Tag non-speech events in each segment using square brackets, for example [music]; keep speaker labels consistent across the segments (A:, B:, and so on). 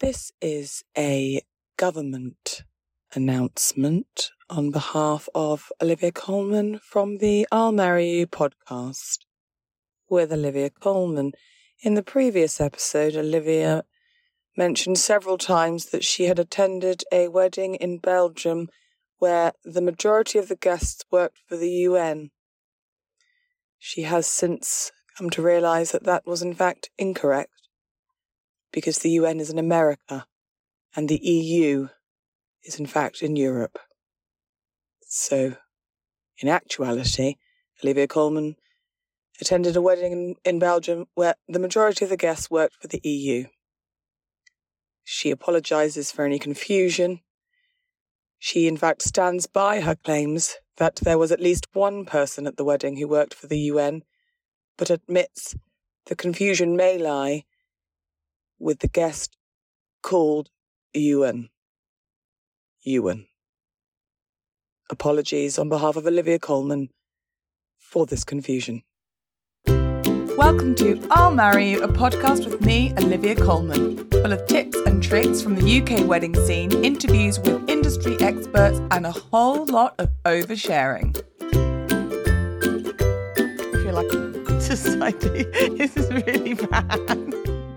A: This is a government announcement on behalf of Olivia Coleman from the I'll Marry You podcast. With Olivia Coleman. In the previous episode, Olivia mentioned several times that she had attended a wedding in Belgium where the majority of the guests worked for the UN. She has since come to realise that that was in fact incorrect because the UN is in America and the EU is in fact in Europe. So, in actuality, Olivia Coleman attended a wedding in, in Belgium where the majority of the guests worked for the EU. She apologises for any confusion. She, in fact, stands by her claims that there was at least one person at the wedding who worked for the UN, but admits the confusion may lie with the guest called Ewan. Ewan. Apologies on behalf of Olivia Coleman for this confusion. Welcome to I'll Marry You, a podcast with me, Olivia Coleman, full of tips and tricks from the UK wedding scene, interviews with industry experts, and a whole lot of oversharing. I feel like [laughs] society. this is really bad.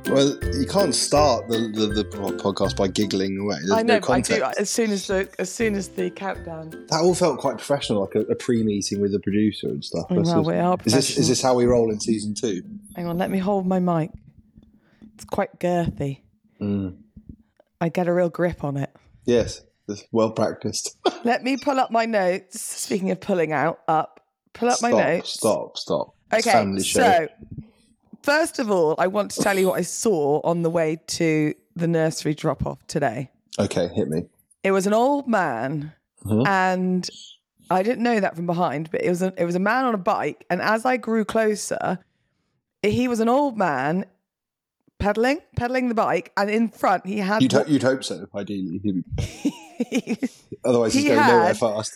B: Well, you can't start the, the, the podcast by giggling away. There's
C: I know,
B: no
C: but I do.
B: context.
C: As soon as the as soon as the countdown.
B: That all felt quite professional, like a, a pre-meeting with the producer and stuff.
C: Oh, Well,
B: This is-
C: we are
B: Is this is this how we roll in season two?
C: Hang on, let me hold my mic. It's quite girthy.
B: Mm.
C: I get a real grip on it.
B: Yes, this- well practiced.
C: Let me pull up my notes. Speaking of pulling out, up. Pull up
B: stop,
C: my notes.
B: stop, stop. It's a
C: Okay,
B: family show.
C: so first of all, I want to tell you what I saw on the way to the nursery drop off today.
B: Okay, hit me.
C: It was an old man,
B: Mhm.
C: and I didn't know that from behind, but it was a, it was a man on a bike, and as I grew closer, he was an old man pedaling pedaling the bike, and in front he had
B: You'd, ho- you'd hope so, ideally. He'd be-
C: he, [laughs]
B: Otherwise, he's
C: He
B: going nowhere
C: had-
B: fast.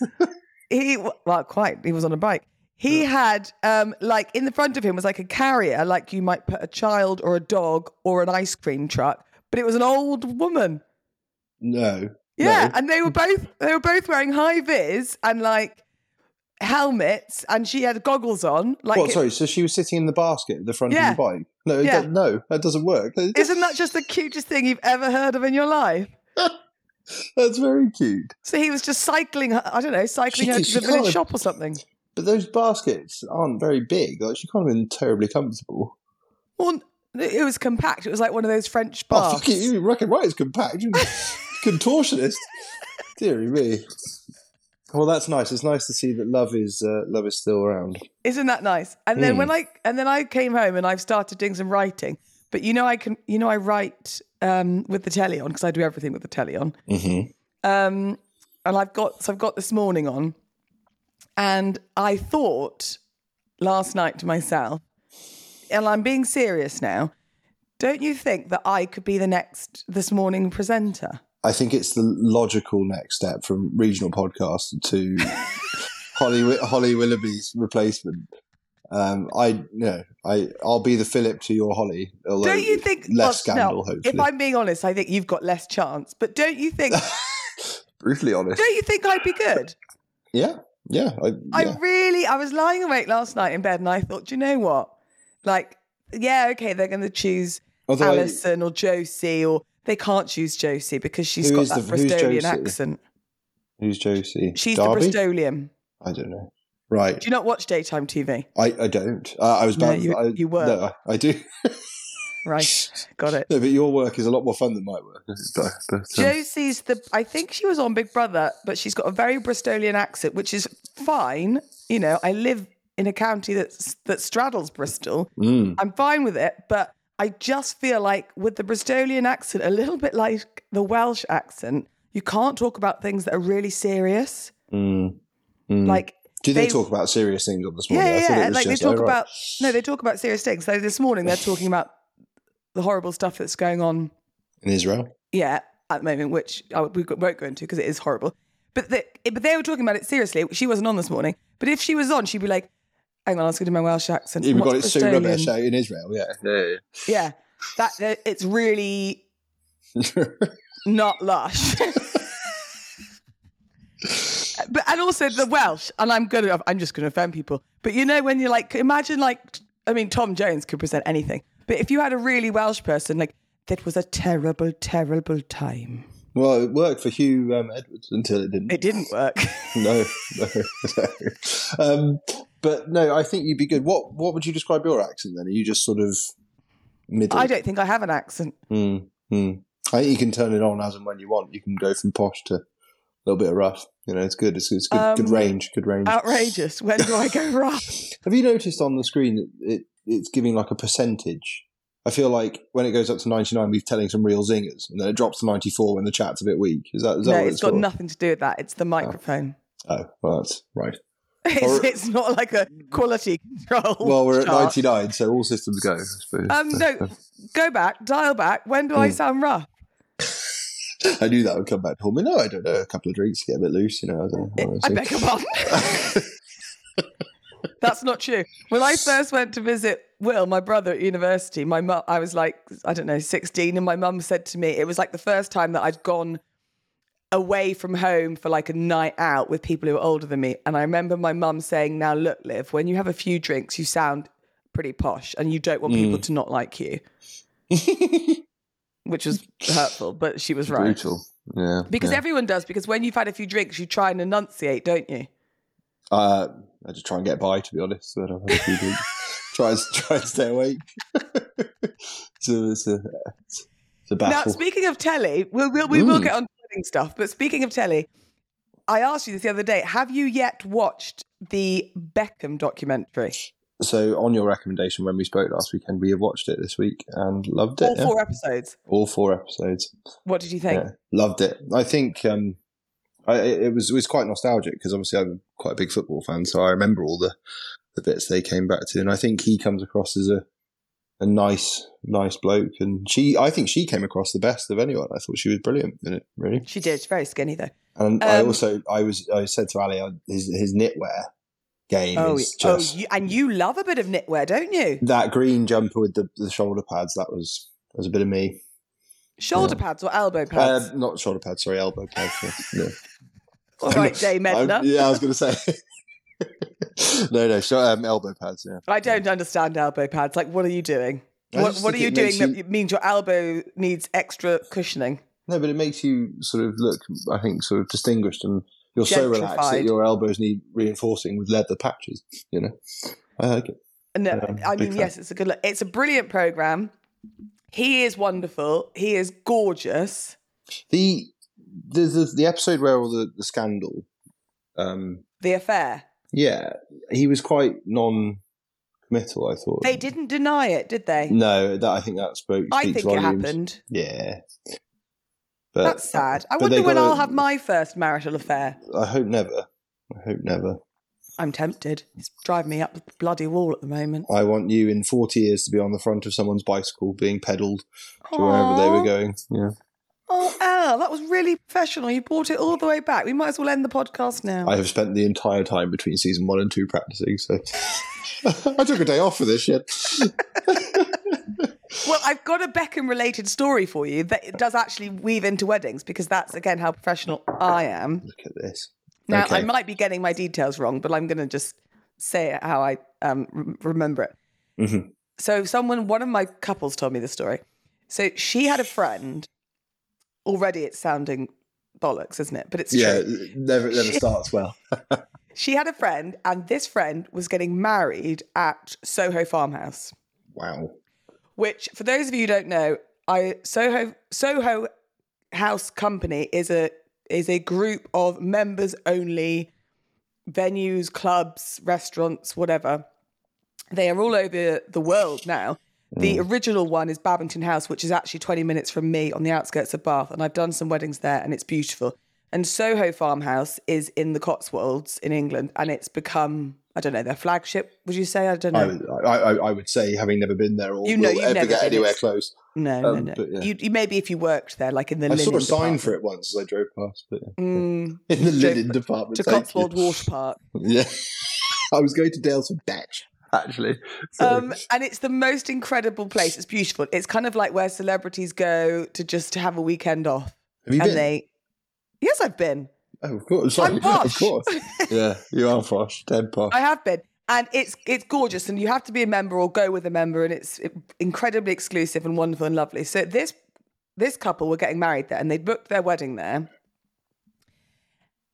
C: well quite he was on a bike. He had um like in the front of him was like a carrier, like you might put a child or a dog or an ice cream truck, but it was an old woman.
B: no.
C: Yeah,
B: No.
C: and they were both they were both wearing high vis and like helmets, and she had goggles on. Like,
B: what? Sorry. So she was sitting in the basket at the front
C: Yeah.
B: of the bike. No, it
C: Yeah.
B: don't- no, that doesn't work.
C: isn't that just the cutest thing you've ever heard of in your life?
B: That's very cute.
C: So he was just cycling. her- I don't know, cycling
B: She-
C: her
B: she
C: to the
B: can't
C: village
B: have-
C: shop or something.
B: But those baskets aren't very big. Like she can't have been terribly comfortable. [laughs]
C: Well, it was compact. It was like one of those French
B: Oh,
C: bars.
B: fuck it, you reckon right? It's compact. you
C: [laughs]
B: contortionist. Dear me. Well, that's nice. It's nice to see that love is uh, love is still around.
C: Isn't that nice? And then
B: Mm.
C: when I and then I came home and I've started doing some writing. But you know, I can. You know, I write um, with the telly on because I do everything with the telly on.
B: Mm-hmm.
C: um, and I've got so I've got this morning on, and I thought last night to myself, and I'm being serious now. Don't you think that I could be the next this morning presenter?
B: I think it's the logical next step from regional podcast
C: [laughs]
B: to Holly Wi- Holly Willoughby's replacement. Um, I no, I I'll be the Philip to your Holly. Although
C: don't you think
B: less
C: well,
B: scandal?
C: no,
B: hopefully,
C: If I'm being honest, I think you've got less chance. But don't
B: [laughs]
C: you think?
B: brutally honest.
C: don't you think I'd be good?
B: Yeah, yeah. I, yeah.
C: I really, I was lying awake last night in bed, and I thought, do you know what? Like, yeah, okay, they're going to choose
B: Although I-
C: Alison or Josie, or they can't choose Josie because she's
B: Who
C: got
B: is
C: that
B: the- who's
C: Bristolian
B: Josie?
C: accent.
B: Who's Josie?
C: She's
B: Derby?
C: the Bristolian.
B: I don't know. Right.
C: Do you not watch daytime TV?
B: I, I don't. Uh, I was
C: No,
B: about.
C: you-
B: I,
C: you were.
B: No, I, I do. [laughs]
C: Right, got it.
B: No, but your work is a lot more fun than my work. But, but, um,
C: Josie's the. I think she was on Big Brother, but she's got a very Bristolian accent, which is fine. You know, I live in a county that's that straddles Bristol.
B: mm.
C: I'm fine with it, but I just feel like with the Bristolian accent, a little bit like the Welsh accent, you can't talk about things that are really serious.
B: Mm. Mm. Oh,
C: Like
B: do they,
C: they-
B: talk about serious things on this morning?
C: Yeah,
B: I thought
C: yeah,
B: it
C: yeah.
B: was
C: Like
B: just,
C: they talk
B: oh, right.
C: about no, they talk about serious things. So this morning they're talking about the horrible stuff that's going on.
B: in Israel.
C: Yeah, at the moment, which I, we won't go into because it is horrible. But the, but they were talking about it seriously. She wasn't on this morning. But if she was on, she'd be like, "Hang on, I was going to do my Welsh accent."
B: You've got it
C: What's
B: so rubbish
C: [laughs] Bristolian?
B: out in Israel. Yeah.
C: Yeah, that that- it's uh, really not lush. but and also the Welsh, and I'm gonna I'm just gonna offend people. But you know when you're like, imagine like, I mean, Tom Jones could present anything, but if you had a really Welsh person, like that was a terrible, terrible time.
B: [laughs] well, it worked for Hugh um, Edwards until it didn't.
C: It didn't
B: [laughs]
C: work.
B: no, no, no. Um, but no, I think you'd be good. What What would you describe your accent then? Are you just sort of middle?
C: I don't think I have an accent.
B: Mm, mm. I think you can turn it on as and when you want. You can go from posh to a little bit of rough. You know, it's good. It's, it's good, good
C: Um,
B: range. Good range.
C: Outrageous. When do I go
B: [laughs]
C: wrong?
B: Have you noticed on the screen that it, it's giving like a percentage? I feel like when it goes up to 99, we're telling some real zingers, and then it drops to 94 when the chat's a bit weak. Is that, is that
C: No,
B: what
C: it's
B: it's
C: got
B: called?
C: nothing to do with that. It's the microphone. [laughs]
B: Oh, well, that's right.
C: It's,
B: Or-
C: it's not like a quality control.
B: Well, we're at
C: chart.
B: 99, so all systems go, I suppose.
C: Um, no, go back, dial back. When do I
B: Hmm.
C: sound rough?
B: [laughs] I knew that would come back to haunt me. No, I don't know. A couple of drinks, get a bit loose, you know. I don't know.
C: I
B: honestly.
C: beg your pardon. [laughs] That's not true. When I first went to visit Will, my brother at university, my mum, I was like, I don't know, 16, and my mum said to me, it was like the first time that I'd gone away from home for like a night out with people who were older than me. And I remember my mum saying, Now look, Liv, when you have a few drinks, you sound pretty posh and you don't want people to not like you.
B: [laughs]
C: Which was hurtful, but she was right.
B: Brutal. Yeah.
C: Because
B: yeah.
C: everyone does, because when you've had a few drinks, you try and enunciate, don't you?
B: uh, I just try and get by, to be honest. When I've had a few drinks. try, and, try and stay awake. [laughs] so it's a, it's a
C: Now,
B: battle.
C: speaking of telly, we'll, we'll, we will
B: Mm.
C: get on to wedding stuff. But speaking of telly, I asked you this the other day. Have you yet watched the Beckham documentary?
B: so on your recommendation when we spoke last weekend we have watched it this week and loved it
C: All
B: yeah?
C: four episodes.
B: all four episodes
C: What did you think?
B: yeah loved it i think um I, it it was it was quite nostalgic because obviously i'm quite a big football fan so i remember all the the bits they came back to and i think he comes across as a a nice nice bloke and she i think she came across the best of anyone i thought she was brilliant in it really
C: She did. She's very skinny though.
B: and i
C: Um,
B: also i was i said to ali I- his his knitwear game
C: Oh,
B: is
C: oh
B: just
C: you, and you love a bit of knitwear, don't you?
B: that green jumper with the, the shoulder pads that was that was a bit of me
C: Shoulder pads or elbow pads?
B: [laughs] Um, not shoulder pads, sorry, elbow pads.
C: [laughs]
B: yeah.
C: All right, Jay Medner.
B: I'm- yeah, I was going to
C: [laughs]
B: say. no, no, sho- um, elbow pads. Yeah.
C: I don't understand elbow pads. Like, what are you doing?
B: I
C: What,
B: just
C: what are
B: think
C: you
B: it
C: doing
B: makes
C: that means your elbow needs extra cushioning?
B: No, but it makes you sort of look, I think, sort of distinguished, and you're so relaxed that
C: Gentrified.
B: your elbows need reinforcing with leather patches. You know, I like it.
C: No,
B: Um,
C: uh, I
B: big
C: mean,
B: fan.
C: yes, it's a good look. It's a brilliant program. He is wonderful. He is gorgeous.
B: The there's the, the episode where all the the scandal. Um,
C: The affair.
B: yeah, he was quite non-committal. I thought
C: They didn't deny it, did they?
B: No, that I think that spoke.
C: I
B: speaks
C: think
B: volumes.
C: it happened.
B: Yeah. But
C: That's sad. I
B: but they
C: wonder when
B: gotta-
C: I'll have my first marital affair.
B: I hope never. I hope never.
C: I'm tempted. It's driving me up the bloody wall at the moment.
B: I want you in 40 years to be on the front of someone's bicycle being pedalled to Oh, wherever they were
C: Aw.
B: going. Yeah.
C: Oh, Al, that was really professional. You brought it all the way back. We might as well end the podcast now.
B: I have spent the entire time between season one and two practicing,
C: [laughs]
B: so I took a day off for this shit.
C: Well, I've got a Beckham related story for you that it does actually weave into weddings because that's, again, how professional I am.
B: Look at this.
C: Now, I
B: Okay.
C: might be getting my details wrong, but I'm going to just say it how I um, rem- remember it.
B: Mhm.
C: So, someone, one of my couples told me the story. So, she had a friend. Already, it's sounding bollocks, isn't it? But it's
B: Yeah,
C: true.
B: it never it never starts well.
C: She had a friend, and this friend was getting married at Soho Farmhouse,
B: Wow.
C: which, for those of you who don't know, I Soho Soho House Company is a is a group of members only venues, clubs, restaurants, whatever. They are all over the world now. The original one is Babington House, which is actually 20 minutes from me on the outskirts of Bath. And I've done some weddings there and it's beautiful. And Soho Farmhouse is in the Cotswolds in England and it's become, I don't know, their flagship, would you say? I don't know.
B: I, would- I, I, I would say, having never been there or
C: You know,
B: will
C: you've
B: ever
C: never
B: get
C: been.
B: anywhere
C: It's-
B: close.
C: no,
B: um,
C: no, no,
B: but yeah.
C: You, you Maybe if you worked there, like in the
B: I
C: linen
B: saw a sign
C: department.
B: for it once as I drove past, but
C: Mm,
B: [laughs] in the
C: Drove
B: linen department.
C: to
B: [laughs] thank you.
C: Cotswold Water Park.
B: Yeah. I was going to Dalesford Batch. actually. So,
C: Um, and it's the most incredible place. It's beautiful. It's kind of like where celebrities go to just to have a weekend off.
B: have you
C: and
B: been?
C: they, yes, I've been.
B: oh, of course.
C: I'm
B: Sorry. [laughs] Of
C: posh. [laughs]
B: course. yeah, you are posh. Dead posh.
C: I have been, and it's it's gorgeous, and you have to be a member or go with a member, and it's incredibly exclusive and wonderful and lovely. So this this couple were getting married there, and they booked their wedding there.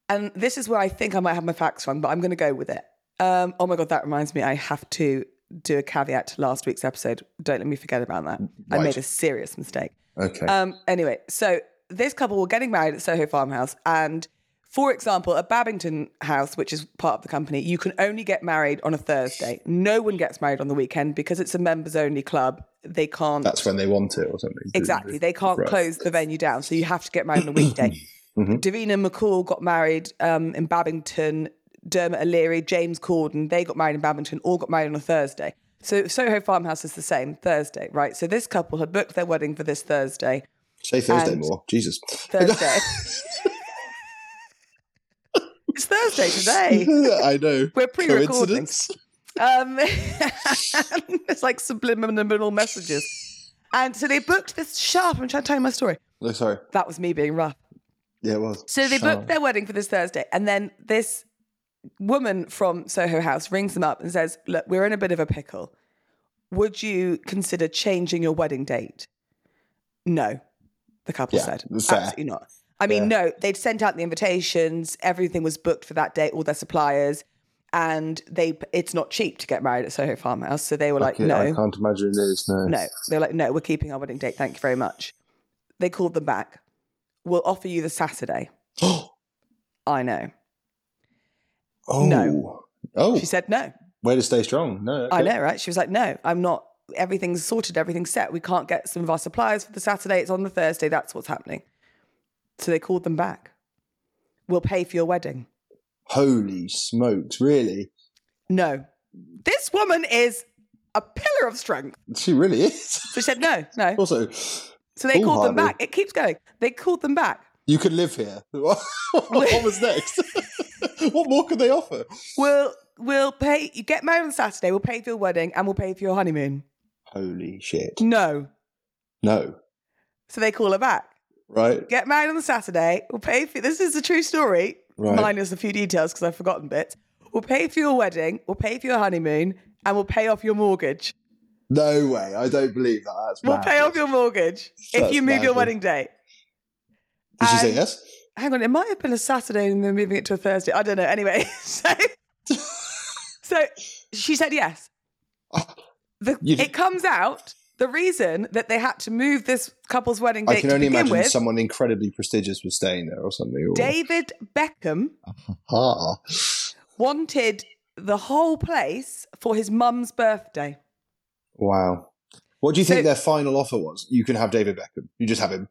C: And this is where I think I might have my facts wrong, but I'm going to go with it. Um, oh my god, that reminds me, I have to do a caveat to last week's episode. Don't let me forget about that. I
B: Right.
C: made a serious mistake.
B: Okay.
C: Um, anyway, so this couple were getting married at Soho Farmhouse, and for example, at Babington House, which is part of the company, you can only get married on a Thursday. No one gets married on the weekend because it's a members only club. They can't
B: That's when they want it or something.
C: exactly. They can't
B: Right.
C: close the venue down, so you have to get married on a weekday.
B: Mhm.
C: Davina McCall got married um, in Babington. Dermot O'Leary, James Corden, they got married in Babington. All got married on a Thursday. So Soho Farmhouse is the same Thursday, right? So this couple had booked their wedding for this Thursday.
B: Say Thursday
C: and-
B: more. Jesus.
C: Thursday. it's Thursday today.
B: [laughs] I know.
C: We're pre-recording.
B: Coincidence?
C: Um, [laughs] it's like subliminal messages. And so they booked this. Shut up! I'm trying to tell you my story.
B: No, sorry.
C: That was me being rough.
B: Yeah, it was.
C: So they booked their wedding for this Thursday, and then this woman from Soho House rings them up and says, "Look, we're in a bit of a pickle. Would you consider changing your wedding date?" No, the couple
B: Yeah,
C: said,
B: fair.
C: "Absolutely not." I mean, no, they'd sent out the invitations. Everything was booked for that date. All their suppliers, and they—it's not cheap to get married at Soho Farmhouse. So they were like,
B: Okay,
C: "No,
B: I can't imagine it is. No.
C: no. They're like, no, we're keeping our wedding date. Thank you very much. They called them back. We'll offer you the Saturday. I know.
B: [gasps] Oh.
C: No.
B: Oh.
C: She said no.
B: Way to stay strong. No.
C: I
B: okay.
C: know, right? She was like, no, I'm not. Everything's sorted. Everything's set. We can't get some of our suppliers for the Saturday. It's on the Thursday. That's what's happening. So they called them back. We'll pay for your wedding.
B: Holy smokes! Really?
C: No. This woman is a pillar of strength.
B: She really
C: [laughs]
B: is.
C: So she said, no, no.
B: also,
C: So they called
B: foolhardy.
C: them back. It keeps going. They called them back.
B: you could live here. [laughs] what was
C: [laughs]
B: next? [laughs] what more could they offer?
C: We'll we'll pay you get married on Saturday, we'll pay for your wedding and we'll pay for your honeymoon.
B: Holy shit!
C: No.
B: No.
C: So they call her back.
B: Right.
C: Get married on the Saturday, we'll pay for this is a true story.
B: Right.
C: Minus a few details because I've forgotten bits. We'll pay for your wedding, we'll pay for your honeymoon, and we'll pay off your mortgage.
B: No way. I don't believe that. That's
C: We'll
B: mad.
C: pay off your mortgage if
B: That's
C: you move your
B: madness.
C: wedding date.
B: Did she say
C: and-
B: yes?
C: Hang on, it might have been a Saturday and they're moving it to a Thursday. I don't know. Anyway, [laughs] so, so she said yes. The,
B: You-
C: it comes out the reason that they had to move this couple's wedding date
B: I can
C: to
B: only
C: begin
B: imagine
C: with.
B: someone incredibly prestigious was staying there or something. Or,
C: David Beckham
B: ah,
C: wanted the whole place for his mum's birthday.
B: wow. What do you think
C: So-
B: their final offer was? You can have David Beckham. You just have him.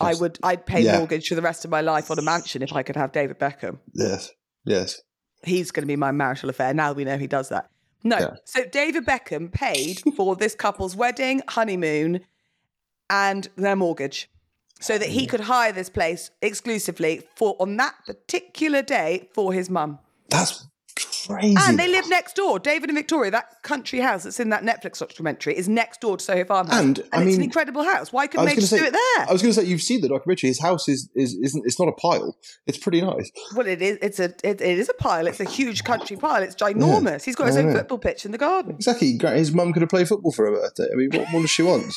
C: I
B: Just-
C: would, I'd pay
B: Yeah.
C: mortgage for the rest of my life on a mansion if I could have David Beckham.
B: Yes. Yes.
C: He's going to be my marital affair. Now we know he does that. No,
B: Yeah.
C: so David Beckham paid for this couple's wedding, honeymoon, and their mortgage, so that he could hire this place exclusively for on that particular day for his mum.
B: That's crazy.
C: And they live next door. David and Victoria, that country house that's in that Netflix documentary, is next door to Soho Farmhouse.
B: And, I
C: it's an
B: mean-
C: incredible house. Why
B: I
C: couldn't
B: was
C: they
B: gonna
C: just
B: say-
C: do it there?
B: I was going to say you've seen the documentary. His house is is isn't it's not a pile. It's pretty nice.
C: well, it is. It's a. It, it is a pile. It's a huge country pile. It's ginormous. He's got his
B: I
C: own
B: know.
C: football pitch in the garden.
B: Exactly. Gra- His mum could have played football for her birthday. I mean, what more does she
C: [laughs]
B: want?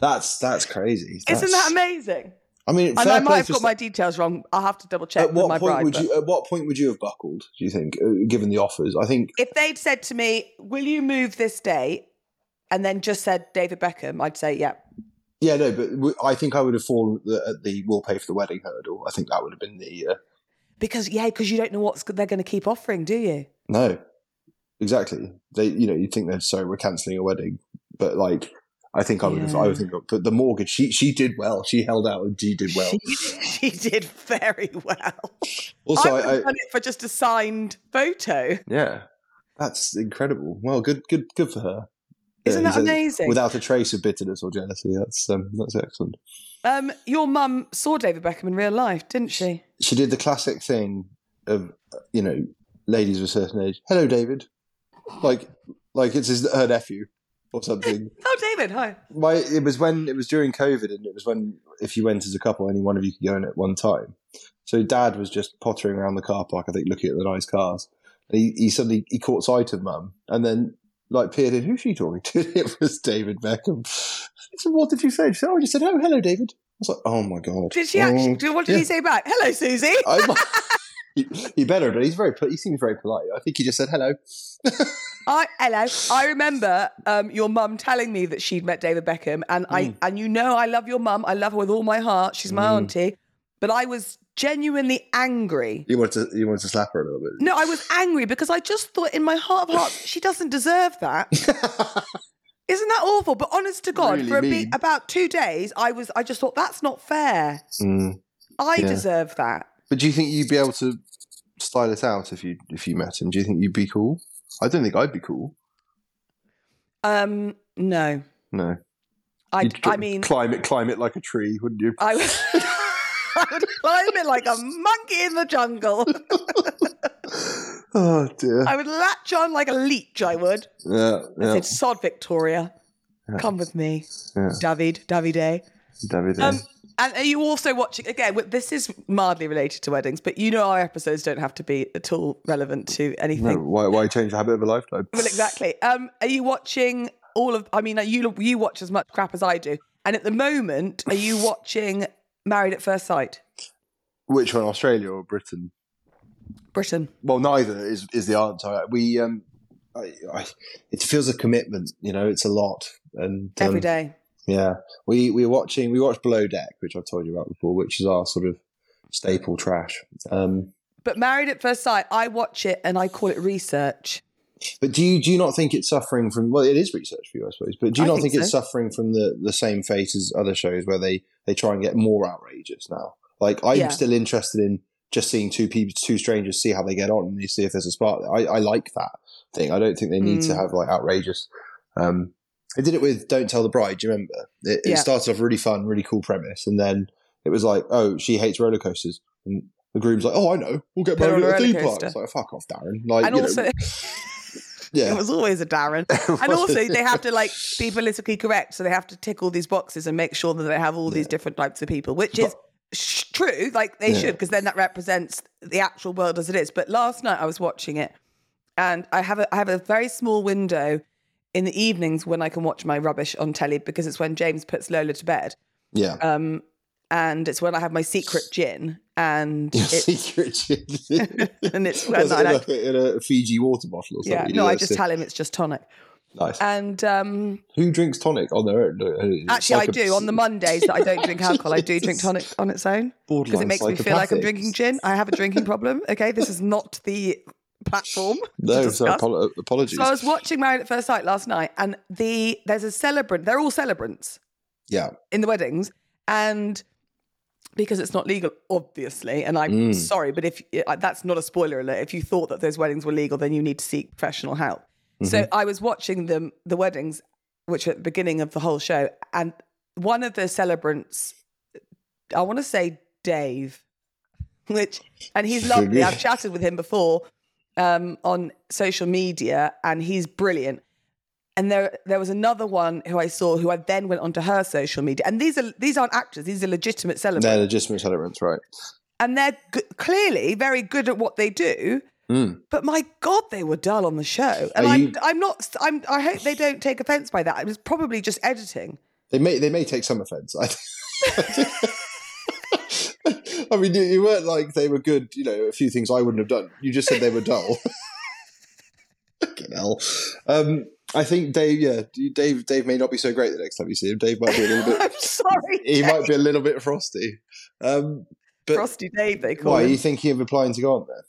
B: That's that's crazy.
C: Isn't that
B: That's-
C: amazing?
B: I mean,
C: And
B: fair
C: I might
B: play
C: have
B: for
C: got my details wrong. I'll have to double check
B: At
C: with
B: what
C: my
B: point
C: bride.
B: would
C: but-
B: you? At what point would you have buckled? Do you think, uh, given the offers? I think
C: if they'd said to me, "Will you move this day?" and then just said David Beckham, I'd say, "Yeah."
B: Yeah, no, but w- I think I would have fallen at the, at the we'll pay for the wedding hurdle. I think that would have been the uh,
C: Because yeah, because you don't know what's they're going to keep offering, do you?
B: no, exactly. They, you know, you would think they're sorry we're cancelling a wedding, but like, I think I would have. I would think, but the mortgage, she she did well. She held out and she did well.
C: she did very well.
B: Also,
C: I would
B: I,
C: have
B: I
C: done it for just a signed photo.
B: yeah, that's incredible. Well, good, good, good for her.
C: Isn't
B: Yeah,
C: that
B: he says,
C: amazing?
B: Without a trace of bitterness or jealousy, that's um, that's excellent.
C: um, your mum saw David Beckham in real life, didn't she?
B: She did the classic thing of, uh, you know, ladies of a certain age. Hello, David. like like it's his, her nephew or
C: [laughs]
B: something.
C: Oh, David, hi.
B: My it was when it was during COVID, and it was when if you went as a couple, only one of you could go in at one time. So Dad was just pottering around the car park, I think, looking at the nice cars. And he, he suddenly he caught sight of Mum, and then like peered in. Who's she talking to? [laughs] It was David Beckham. [laughs] I said, "What did you say?" She said, "Oh, he said, oh, hello, David." I was like, "Oh my god!"
C: Did she
B: Oh.
C: actually? do- What did he say back? Hello, Susie.
B: I might- [laughs] he, he better, but he's very. pol- He seems very polite. I think he just said hello.
C: I hello. I remember um, your mum telling me that she'd met David Beckham, and I
B: Mm.
C: and you know I love your mum. I love her with all my heart. She's my auntie, but I was genuinely angry.
B: You wanted to, you wanted to slap her a little bit.
C: No, I was angry because I just thought in my heart of hearts she doesn't deserve that.
B: [laughs]
C: Isn't that awful? But honest to God,
B: Really
C: for a
B: mean.
C: bit, about two days, I was I just thought that's not fair.
B: Mm.
C: I
B: Yeah.
C: deserve that.
B: But do you think you'd be able to style it out if you if you met him? Do you think you'd be cool? I don't think I'd be cool.
C: Um, no,
B: No,
C: I
B: You'd
C: I
B: cl-
C: mean
B: climb it, climb it like a tree, wouldn't you?
C: I would, [laughs] I would climb it like a monkey in the jungle.
B: [laughs] oh dear.
C: I would latch on like a leech, I would.
B: yeah,
C: I
B: yeah,
C: said, Sod Victoria, come with me.
B: Yeah.
C: David, Davide.
B: David.
C: Um, and are you also watching, again, w- this is mildly related to weddings, but you know our episodes don't have to be at all relevant to
B: no,
C: anything.
B: why why change the habit of a lifetime?
C: Well, exactly. Um, are you watching all of, I mean, you, you watch as much crap as I do. And at the moment, are you watching Married at First Sight?
B: Which one, Australia or Britain?
C: Britain.
B: well neither is is the answer we um I, I, it feels a commitment you know it's a lot and um,
C: Every day.
B: yeah we we're watching we watched below deck which i've told you about before which is our sort of staple trash um
C: But Married at First Sight, I watch it and I call it research.
B: but do you do you not think it's suffering from well it is research for you i suppose but do you
C: I
B: not
C: think
B: think, it's suffering from the the same fate as other shows where they they try and get more outrageous now like i'm
C: Yeah.
B: still interested in just seeing two people two strangers see how they get on and see if there's a spark i, I like that thing i don't think they need to
C: Mm.
B: have like outrageous um i did it with don't tell the bride do you remember it, it
C: Yeah.
B: started off really fun really cool premise and then it was like oh she hates roller coasters and the groom's like, oh, I know. We'll get
C: Put her
B: married at a
C: on a
B: theme
C: roller
B: park.
C: coaster.
B: It's like, fuck off, Darren. Like,
C: And
B: Uh, you know,
C: also, [laughs]
B: yeah.
C: it was always
B: [laughs]
C: a Darren. and also they have to like be politically correct so they have to tick all these boxes and make sure that they have all these different types of people which is sh- true like they
B: Yeah.
C: should because then that represents the actual world as it is but last night i was watching it and i have a i have a very small window in the evenings when i can watch my rubbish on telly because it's when james puts lola to bed
B: yeah. [laughs]
C: um and it's when i have my secret gin and
B: Your
C: it's
B: secret gin.
C: [laughs]
B: [laughs]
C: and it's when
B: Was
C: I
B: it like
C: like,
B: in a Fiji water bottle or something.
C: yeah
B: You
C: no
B: know,
C: i
B: it's
C: just
B: a-
C: tell him it's just tonic
B: nice.
C: and um
B: Who drinks tonic on their own? Uh, it's
C: Actually,
B: like
C: I
B: a-
C: do. On the Mondays that I
B: [laughs]
C: don't drink alcohol, I do drink
B: Jesus.
C: tonic on its own because
B: Borderline
C: it makes me feel like I'm
B: psychopathic.
C: drinking gin. I have a drinking problem. Okay, this is not the
B: [laughs]
C: platform. to
B: No, so
C: discuss.
B: apo- apologies.
C: So I was watching Married at First Sight last night, and the there's a celebrant. They're all celebrants
B: yeah,
C: in the weddings, and because it's not legal, obviously. And I'm
B: Mm.
C: sorry, but if uh, that's not a spoiler alert, if you thought that those weddings were legal, then you need to seek professional help. So I was watching them the weddings, which were at the beginning of the whole show, and one of the celebrants, I want to say Dave, which and he's lovely. I've chatted with him before um, on social media, and he's brilliant. And there, there was another one who I saw who I then went onto her social media. And these are these aren't actors; these are legitimate celebrants,
B: they're legitimate celebrants, right?
C: and they're g- clearly very good at what they do.
B: Mm.
C: But my God, they were dull on the show, and
B: Are
C: I'm,
B: you-
C: I'm not. I'm, I hope they don't take offence by that. It was probably just
B: [laughs]
C: editing.
B: They may they may take some offence. I, [laughs] I mean, you, you weren't like they were good. You know, a few things I wouldn't have done. You just said they were dull. [laughs] Fucking hell. Um, I think Dave. Yeah, Dave. Dave may not be so great the next time you see him. Dave might be a little bit.
C: I'm sorry,
B: he might be a little bit frosty. Um, but
C: Frosty Dave. They call
B: why are
C: him.
B: you thinking of applying to go on there?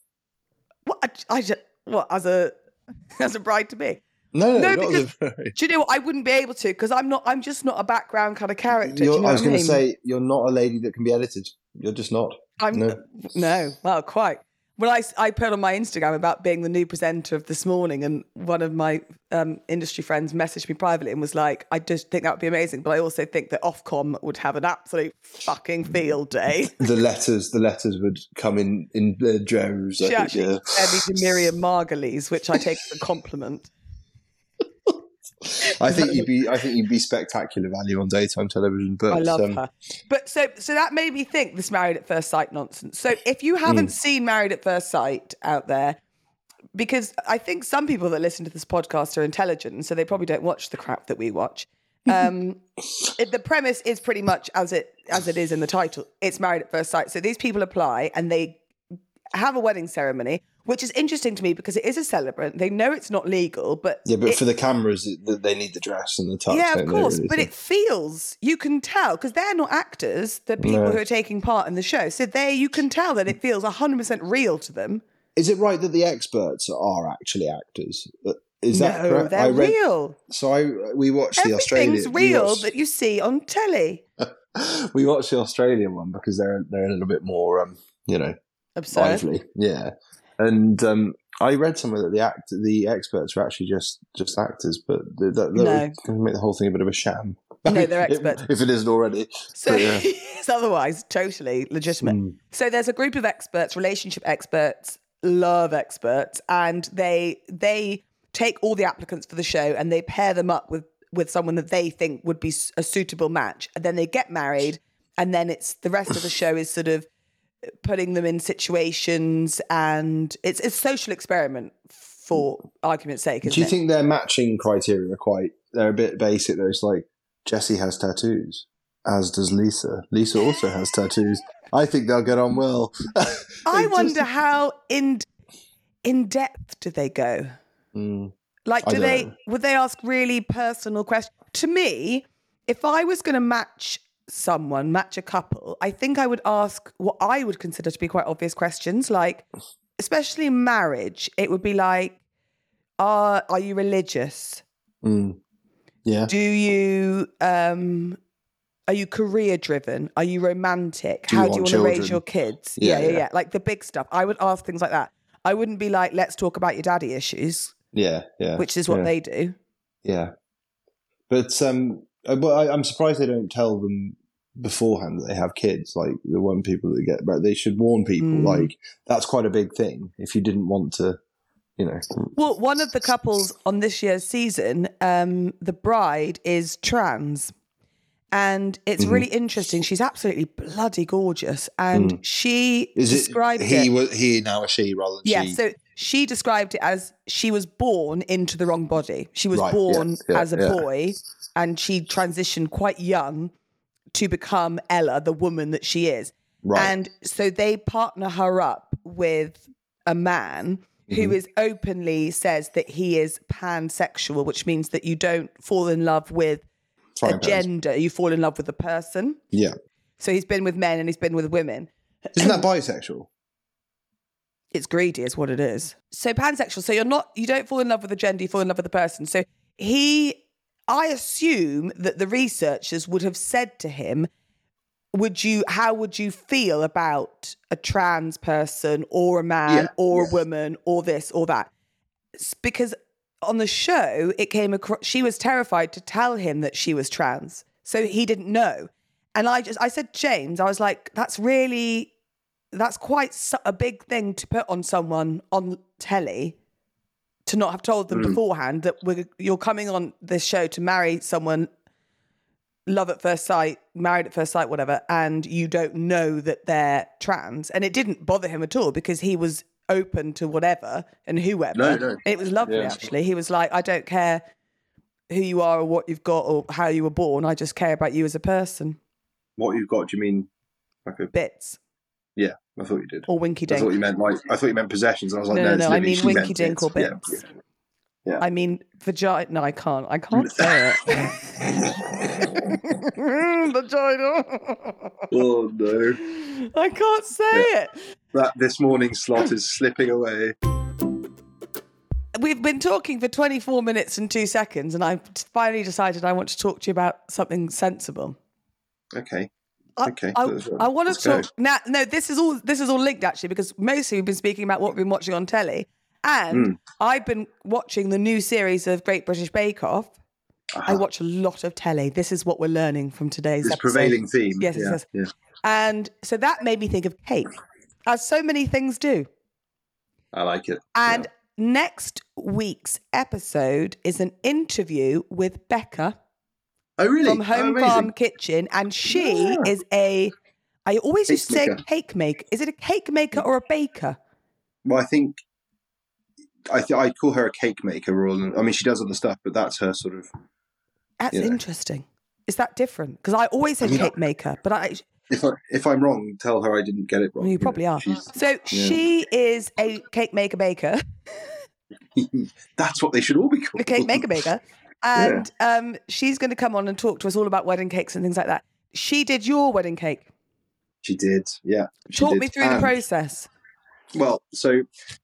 C: What, I, I just, what as a [laughs] as a bride to be.
B: No, no,
C: No,
B: not as a-
C: Do you know what? I wouldn't be able to because I'm not. I'm just not a background kind of character.
B: You're-
C: do you know
B: I was
C: going to
B: say you're not a lady that can be edited. You're just not.
C: I'm
B: no.
C: no. Well, quite. Well, I, s- I put on my Instagram about being the new presenter of this morning, and one of my um, industry friends messaged me privately and was like, "I just think that would be amazing, but I also think that Ofcom would have an absolute fucking
B: [laughs]
C: field day."
B: The letters, the letters would come in in uh, droves.
C: she
B: I think,
C: actually
B: yeah.
C: compared me to Miriam Margolyes, which I take as a compliment.
B: I think you'd be, I think you'd be spectacular value on daytime television. But
C: I love
B: um,
C: her. But so so that made me think this married at first sight nonsense. So if you
B: Hmm.
C: haven't seen Married at First Sight out there, because I think some people that listen to this podcast are intelligent, and so they probably don't watch the crap that we
B: [laughs]
C: watch. Um, it- the premise is pretty much as it as it is in the title. It's Married at First Sight. So these people apply and they have a wedding ceremony, which is interesting to me because it is a celebrant. They know it's not legal, but
B: yeah, but
C: it-
B: for the cameras, it- th- they need the dress and the tux.
C: yeah,
B: don't
C: of
B: they,
C: course.
B: really?
C: but
B: So-
C: it feels, you can tell, because they're not actors, the people
B: No.
C: who are taking part in the show. So there, you can tell that it feels 100% real to them.
B: is it right that the experts are actually actors? Uh, Is that
C: no,
B: correct?
C: they're
B: I read,
C: real.
B: So I we watched the Australian.
C: Everything's
B: we
C: real
B: watched-
C: that you see on telly.
B: we watched the Australian one because they're they're a little bit more um you know
C: Absurd.
B: lively yeah and um I read somewhere that the act the experts were actually just just actors but th- that, that
C: No.
B: would kinda make the whole thing a bit of a sham
C: No, they're
B: [laughs] If-
C: experts.
B: if, it isn't already
C: So
B: But, yeah.
C: [laughs] it's otherwise totally legitimate.
B: Hmm.
C: So there's a group of experts, relationship experts, love experts, and they they take all the applicants for the show and they pair them up with with someone that they think would be s- a suitable match, and then they get married, and then it's the rest of the show is sort of putting them in situations, and it's it's a social experiment for argument's sake. Isn't
B: do you
C: it?
B: think their matching criteria are quite they're a bit basic though it's like Jesse has tattoos as does Lisa Lisa also has tattoos I think they'll get on well
C: I
B: It just-
C: wonder how in in depth do they go?
B: Mm.
C: Like,
B: I
C: do they
B: don't.
C: would they ask really personal questions? To me, if I was going to match someone, match a couple, I think I would ask what I would consider to be quite obvious questions, like especially marriage. It would be like, are are you religious?
B: Mm. yeah
C: Do you um are you career driven? Are you romantic?
B: Do you
C: How do you
B: want
C: want to raise
B: children?
C: your kids?
B: Yeah,
C: yeah, yeah,
B: yeah.
C: yeah. Like the big stuff. I would ask things like that. I wouldn't be like, let's talk about your daddy issues,
B: yeah yeah
C: which is what
B: yeah.
C: they do.
B: Yeah, but um, I- but I, I'm surprised they don't tell them beforehand that they have kids. Like the one people that get, but they should warn people.
C: Mm.
B: Like that's quite a big thing. If you didn't want to, you know,
C: Well, one of the couples on this year's season, um, the bride is trans. And it's
B: Mhm.
C: really interesting. She's absolutely bloody gorgeous. And she
B: Mm. is it
C: described
B: he was he now a she rather than
C: yeah,
B: she?
C: so she described it as she was born into the wrong body. She was
B: Right, yeah,
C: born
B: yeah,
C: as a
B: yeah.
C: boy and she transitioned quite young to become Ella, the woman that she is.
B: right,
C: And so they partner her up with a man
B: Mm-hmm.
C: who is openly says that he is pansexual, which means that you don't fall in love with a
B: Frying pans.
C: gender, you fall in love with a person.
B: yeah.
C: So he's been with men and he's been with women.
B: Isn't that bisexual?
C: It's greedy, is what it is. So pansexual. So you're not, you don't fall in love with a gender, you fall in love with a person. So he, I assume that the researchers would have said to him, would you, how would you feel about a trans person or a man
B: Yeah,
C: or
B: yeah.
C: a woman or this or that? S- Because on the show, it came across, she was terrified to tell him that she was trans. So he didn't know. And I just, I said, James, I was like, that's really that's quite su- a big thing to put on someone on telly to not have told
B: Hmm.
C: them beforehand that we're, you're coming on this show to marry someone love at first sight married at first sight whatever and you don't know that they're trans and it didn't bother him at all because he was open to whatever and whoever
B: No, no.
C: And it was lovely
B: Yeah.
C: actually he was like i don't care who you are or what you've got or how you were born i just care about you as a person
B: What you've got? Do you mean like a?
C: bits
B: Yeah, I thought you did.
C: or winky dink
B: you meant like I thought you meant possessions. I was
C: No, no, no, I mean winky dink or bits. I mean vagina. No, I can't. I
B: Mm.
C: can't say
B: [laughs]
C: it. [laughs] vagina. [laughs]
B: oh no.
C: I can't say it.
B: that this morning's slot is slipping away.
C: We've been talking for 24 minutes and two seconds, and I finally decided I want to talk to you about something sensible.
B: Okay.
C: I,
D: Okay,
C: I,
D: that's right.
C: I want
D: Let's
C: to
D: go.
C: talk now. No, this is all this is all linked actually because mostly we've been speaking about what we've been watching on telly,
D: Hmm.
C: and I've been watching the new series of Great British Bake Off. I
D: Ah.
C: watch a lot of telly. This is what we're learning from today's
B: This
C: episode.
B: prevailing theme.
C: Yes, yes,
B: yeah,
C: yes.
B: yeah.
C: And so that made me think of cake, as so many things do.
B: I like it.
C: And next week's episode is an interview with Becca
B: Oh, really?
C: from
B: Oh,
C: Home
B: amazing.
C: Farm Kitchen, and she
B: Yeah.
C: is a. I always
B: Cake
C: used to say
B: maker.
C: cake maker. Is it a cake maker or a baker?
B: Well, I think I th- I call her a cake maker rather than. I mean, she does other stuff, but that's her sort of.
C: That's
B: You know.
C: interesting. Is that different? Because I always said
B: mean, I-
C: cake maker, but I
B: If I if I'm wrong, tell her I didn't get it wrong.
C: you,
B: know.
C: probably are.
B: She's- [laughs]
C: So she is a cake maker baker, [laughs]
B: that's what they should all be called.
C: a cake
B: [laughs]
C: maker baker, and um, she's going to come on and talk to us all about wedding cakes and things like that. She did your wedding cake.
B: She did. Yeah. she
C: Talk
B: did.
C: me through the
B: And-
C: process.
B: Well, so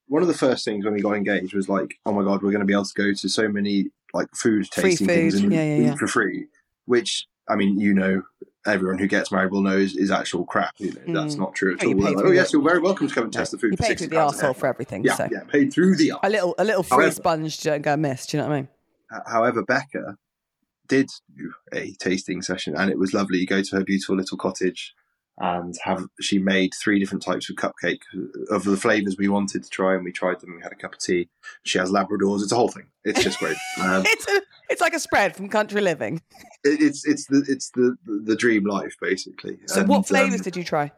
B: one of the first things when we got engaged was like, oh my god, we're going to be able to go to so many like food
C: Free
B: tasting
C: food.
B: things and
C: Yeah, yeah,
B: eat
C: yeah.
B: for free, which I mean, you know, everyone who gets married will know is, is actual crap. You know, That's
C: Mm.
B: not true at
C: Well,
B: all.
C: you
B: We're
C: pay
B: like,
C: through
B: oh
C: the-
B: yes, you're very welcome to come and test the food.
C: You
B: for
C: pay
B: 60
C: through the
B: pounds a
C: arsehole
B: head.
C: for everything.
B: Yeah,
C: so
B: yeah, paid through the
C: a
B: arse.
C: little a little free
B: However-
C: sponge don't go miss. Do you know what I mean?
B: However, Becca did do a tasting session, and it was lovely. You go to her beautiful little cottage, and have she made three different types of cupcake uh, of the flavors we wanted to try, and we tried them. and We had a cup of tea. She has Labradors. It's a whole thing. It's just
C: [laughs]
B: great. Um,
C: It's a, it's like a spread from Country Living.
B: it, it's it's the it's the the dream life basically.
C: So
B: And,
C: what flavors
B: um,
C: did you try?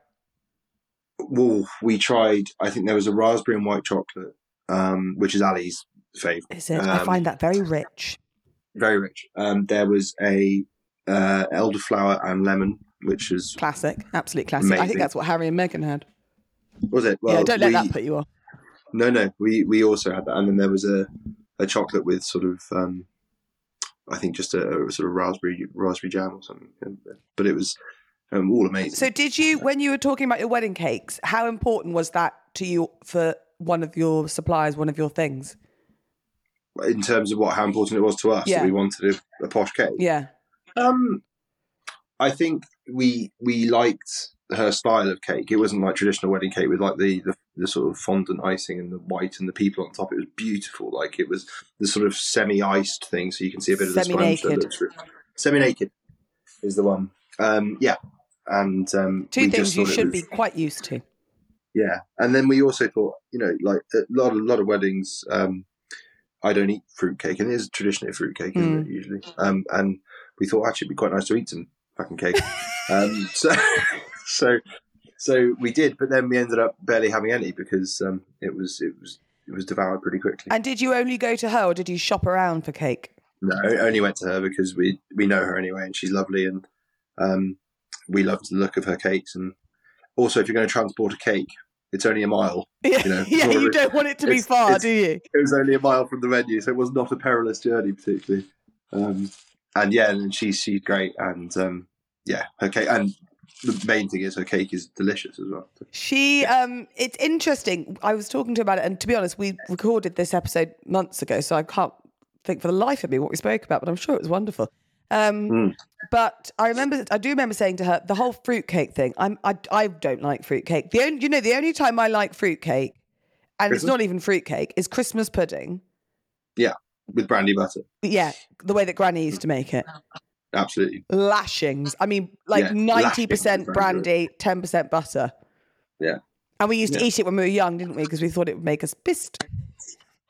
B: well, we tried. I think there was a raspberry and white chocolate, um, which is Ali's fave.
C: Is it? I
B: um,
C: find that very rich.
B: Very rich. Um, there was a uh, elderflower and lemon, which is
C: Classic, absolute classic. I think
B: Amazing.
C: that's what Harry and Meghan had.
B: Was it? Well,
C: yeah, don't let
B: we,
C: that put you off.
B: No, no, we we also had that, and then there was a a chocolate with sort of um, I think just a, a sort of raspberry raspberry jam or something, but it was um, all amazing.
C: So did you, when you were talking about your wedding cakes, how important was that to you for one of your suppliers, one of your things?
B: in terms of what how important it was to us
C: Yeah.
B: that we wanted a, a posh cake,
C: Yeah,
B: um, I think we we liked her style of cake. It wasn't like traditional wedding cake with like the, the the sort of fondant icing and the white and the people on top. It was beautiful. Like it was the sort of semi iced thing, so you can see a bit of the sponge that
C: Semi-naked.
B: looks through. Semi naked is the one. Um, yeah, and um,
C: two
B: we just
C: things you
B: thought it
C: should
B: was-
C: be quite used to.
B: yeah, and then we also thought, you know, like a lot, a lot of weddings. Um, I don't eat fruitcake, and it is traditionally a fruitcake, isn't it? Usually, um, and we thought actually it'd be quite nice to eat some fucking cake. um, so, [laughs] so, so we did, but then we ended up barely having any because um, it was it was it was devoured pretty quickly.
C: And did you only go to her, or did you shop around for cake? [laughs]
B: No, I only went to her because we we know her anyway, and she's lovely, and um, we loved the look of her cakes. And also, if you're going to transport a cake, it's only a mile.
C: Yeah,
B: You know,
C: yeah, you
B: probably-
C: don't want it to be
B: it's-
C: far,
B: it's-
C: do you?
B: it was only a mile from the venue, so it was not a perilous journey particularly. Um, and yeah, and she's she's great, and um, yeah, her cake. And the main thing is her cake is delicious as well.
C: She, um, it's interesting. I was talking to her about it, and to be honest, we recorded this episode months ago, so I can't think for the life of me what we spoke about, but I'm sure it was wonderful. Um,
B: Mm.
C: But I remember, I do remember saying to her the whole fruitcake thing. I'm, I, I don't like fruitcake. The only, you know, the only time I like fruitcake, and it's
B: Christmas?
C: not even fruitcake, is Christmas pudding.
B: With brandy butter,
C: Yeah, the way that Granny used to make it,
B: absolutely. [laughs]
C: lashings. I mean, like
B: Yeah,
C: ninety
B: lashings
C: percent
B: is very
C: brandy, ten percent butter.
B: Yeah.
C: And we used to
B: Yeah.
C: eat it when we were young, didn't we? Because we thought it would make us pissed.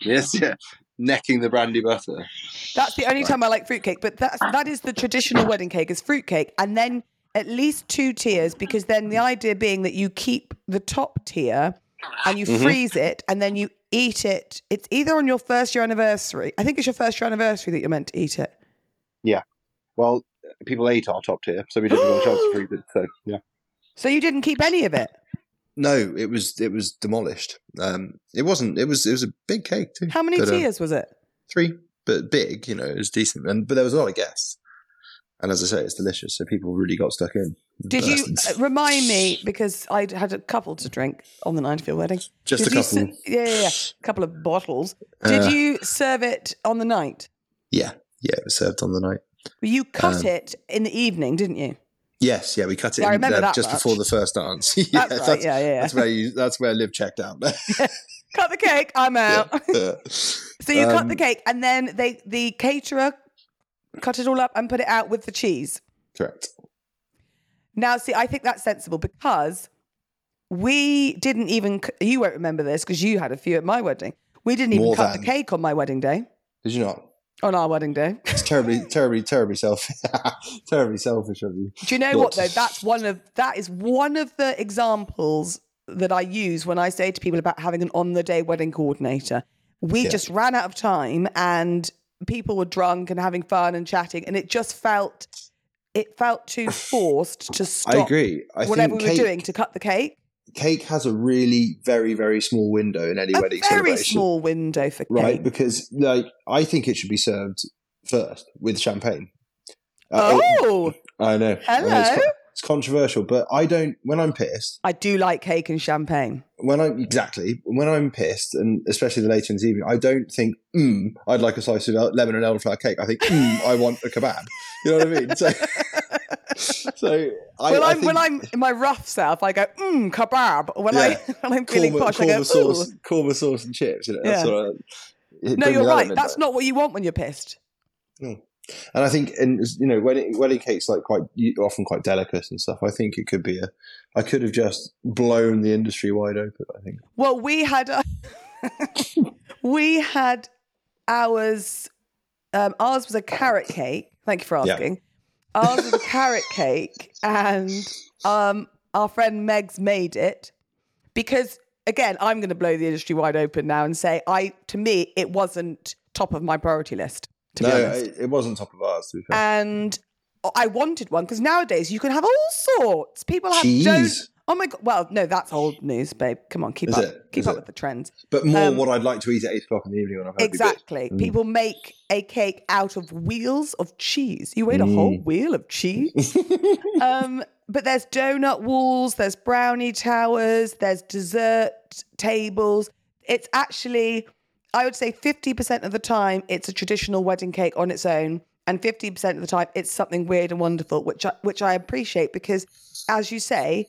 B: Yes, yeah. Necking the brandy butter.
C: That's the only time I like fruitcake, but that's that is the traditional wedding cake is fruitcake, and then at least two tiers because then the idea being that you keep the top tier and you
B: Mhm.
C: freeze it and then you eat it. It's either on your first year anniversary. I think it's your first year anniversary that you're meant to eat it.
B: Well, people ate our top tier, so we didn't have a chance to freeze it. So yeah.
C: So you didn't keep any of it.
D: No, it was it was demolished. Um, it wasn't. It was it was a big cake too.
C: How many
D: But, um,
C: tiers was it?
D: three, but big. You know, it was decent. And but there was a lot of guests. And as I say, it's delicious. So people really got stuck in.
C: Did
D: But
C: you
D: that's-
C: uh, remind me because I had a couple to drink on the nine field wedding?
D: Just a
C: Did you se-
D: couple.
C: yeah, yeah, yeah, a couple of bottles. Did
D: Uh,
C: you serve it on the night?
D: Yeah, yeah. It was served on the night.
C: You cut
D: Um,
C: it in the evening, didn't you?
B: Yes, yeah, we cut it
C: Yeah, I
B: in,
C: remember
B: uh,
C: that
B: just
C: much.
B: before the first dance. [laughs] yeah,
C: That's right. yeah, yeah, yeah.
B: that's where you. That's where Liv checked out. [laughs]
C: cut the cake. I'm out. so you cut the
B: Um,
C: cake, and then they the caterer cut it all up and put it out with the cheese.
B: [laughs] Correct.
C: Now, see, I think that's sensible because we didn't even. c- You won't remember this because you had a few at my wedding. We didn't even
B: More
C: cut
B: than.
C: the cake on my wedding day.
B: Did you not?
C: On our wedding day.
B: It's terribly, terribly, terribly selfish. [laughs] terribly selfish of you.
C: Do you know
B: Not
C: what
B: to-
C: though? That's one of that is one of the examples that I use when I say to people about having an on the day wedding coordinator. We
B: Yeah.
C: just ran out of time and people were drunk and having fun and chatting and it just felt it
B: [sighs]
C: felt too forced to stop
B: I agree. I
C: whatever
B: think
C: we were
B: cake,
C: doing to cut the cake.
B: cake has a really very, very small window in any
C: A
B: wedding
C: very
B: celebration.
C: small window for
B: right?
C: cake.
B: Because like I think it should be served first with champagne. Uh, it-
C: oh,
B: I know. I know it's,
C: Hello?
B: con- it's controversial, but I don't. When I'm pissed,
C: I do like cake and champagne.
B: when I'm exactly when I'm pissed, and especially the later in the evening, I don't think, mm, I'd like a slice of el- lemon and elderflower cake. I think, mm, I want a kebab. You know what I
C: [laughs]
B: mean? So, so I,
C: Well,
B: I
C: I'm
B: think
C: when I'm in my rough self, I go mm kebab. When
B: Yeah.
C: I [laughs] when I'm feeling
B: korma,
C: posh, I go
B: korma
C: ooh.
B: sauce, korma sauce and chips. You know, that's
C: Yeah.
B: what I, it-
C: No,
B: bring me
C: you're
B: that at
C: right.
B: midnight.
C: That's not what you want when you're pissed.
B: And I think, and you know, wedding wedding cake's like quite you- often quite delicate and stuff. I think it could be a. I could have just blown the industry wide open. I think.
C: Well, we had uh, [laughs] we had ours. Um, ours was a carrot cake. Thank you for
B: Yeah.
C: asking. Ours was a carrot cake, and um, our friend Meg's made it because again, I'm going to blow the industry wide open now and say I to me it wasn't top of my priority list. To
B: no,
C: be honest.
B: it, it wasn't top of ours. To be
C: Uh,
B: fair.
C: and I wanted one because nowadays you can have all sorts. People have
B: Cheese.
C: don't. Oh my god! Well, no, that's old news, babe. Come on, keep
B: Is
C: up,
B: it?
C: keep
B: Is
C: up
B: it?
C: with the trends.
B: but more
C: um,
B: what I'd like to eat at eight o'clock in the evening when I've had a big bit.
C: Exactly.
B: Mm.
C: People make a cake out of wheels of cheese. You ate a whole
B: Mm.
C: wheel
B: [laughs]
C: of cheese. um, but there's donut walls, there's brownie towers, there's dessert tables. It's actually, I would say 50% of the time, it's a traditional wedding cake on its own. And 50% of the time, it's something weird and wonderful, which I, which I appreciate because, as you say,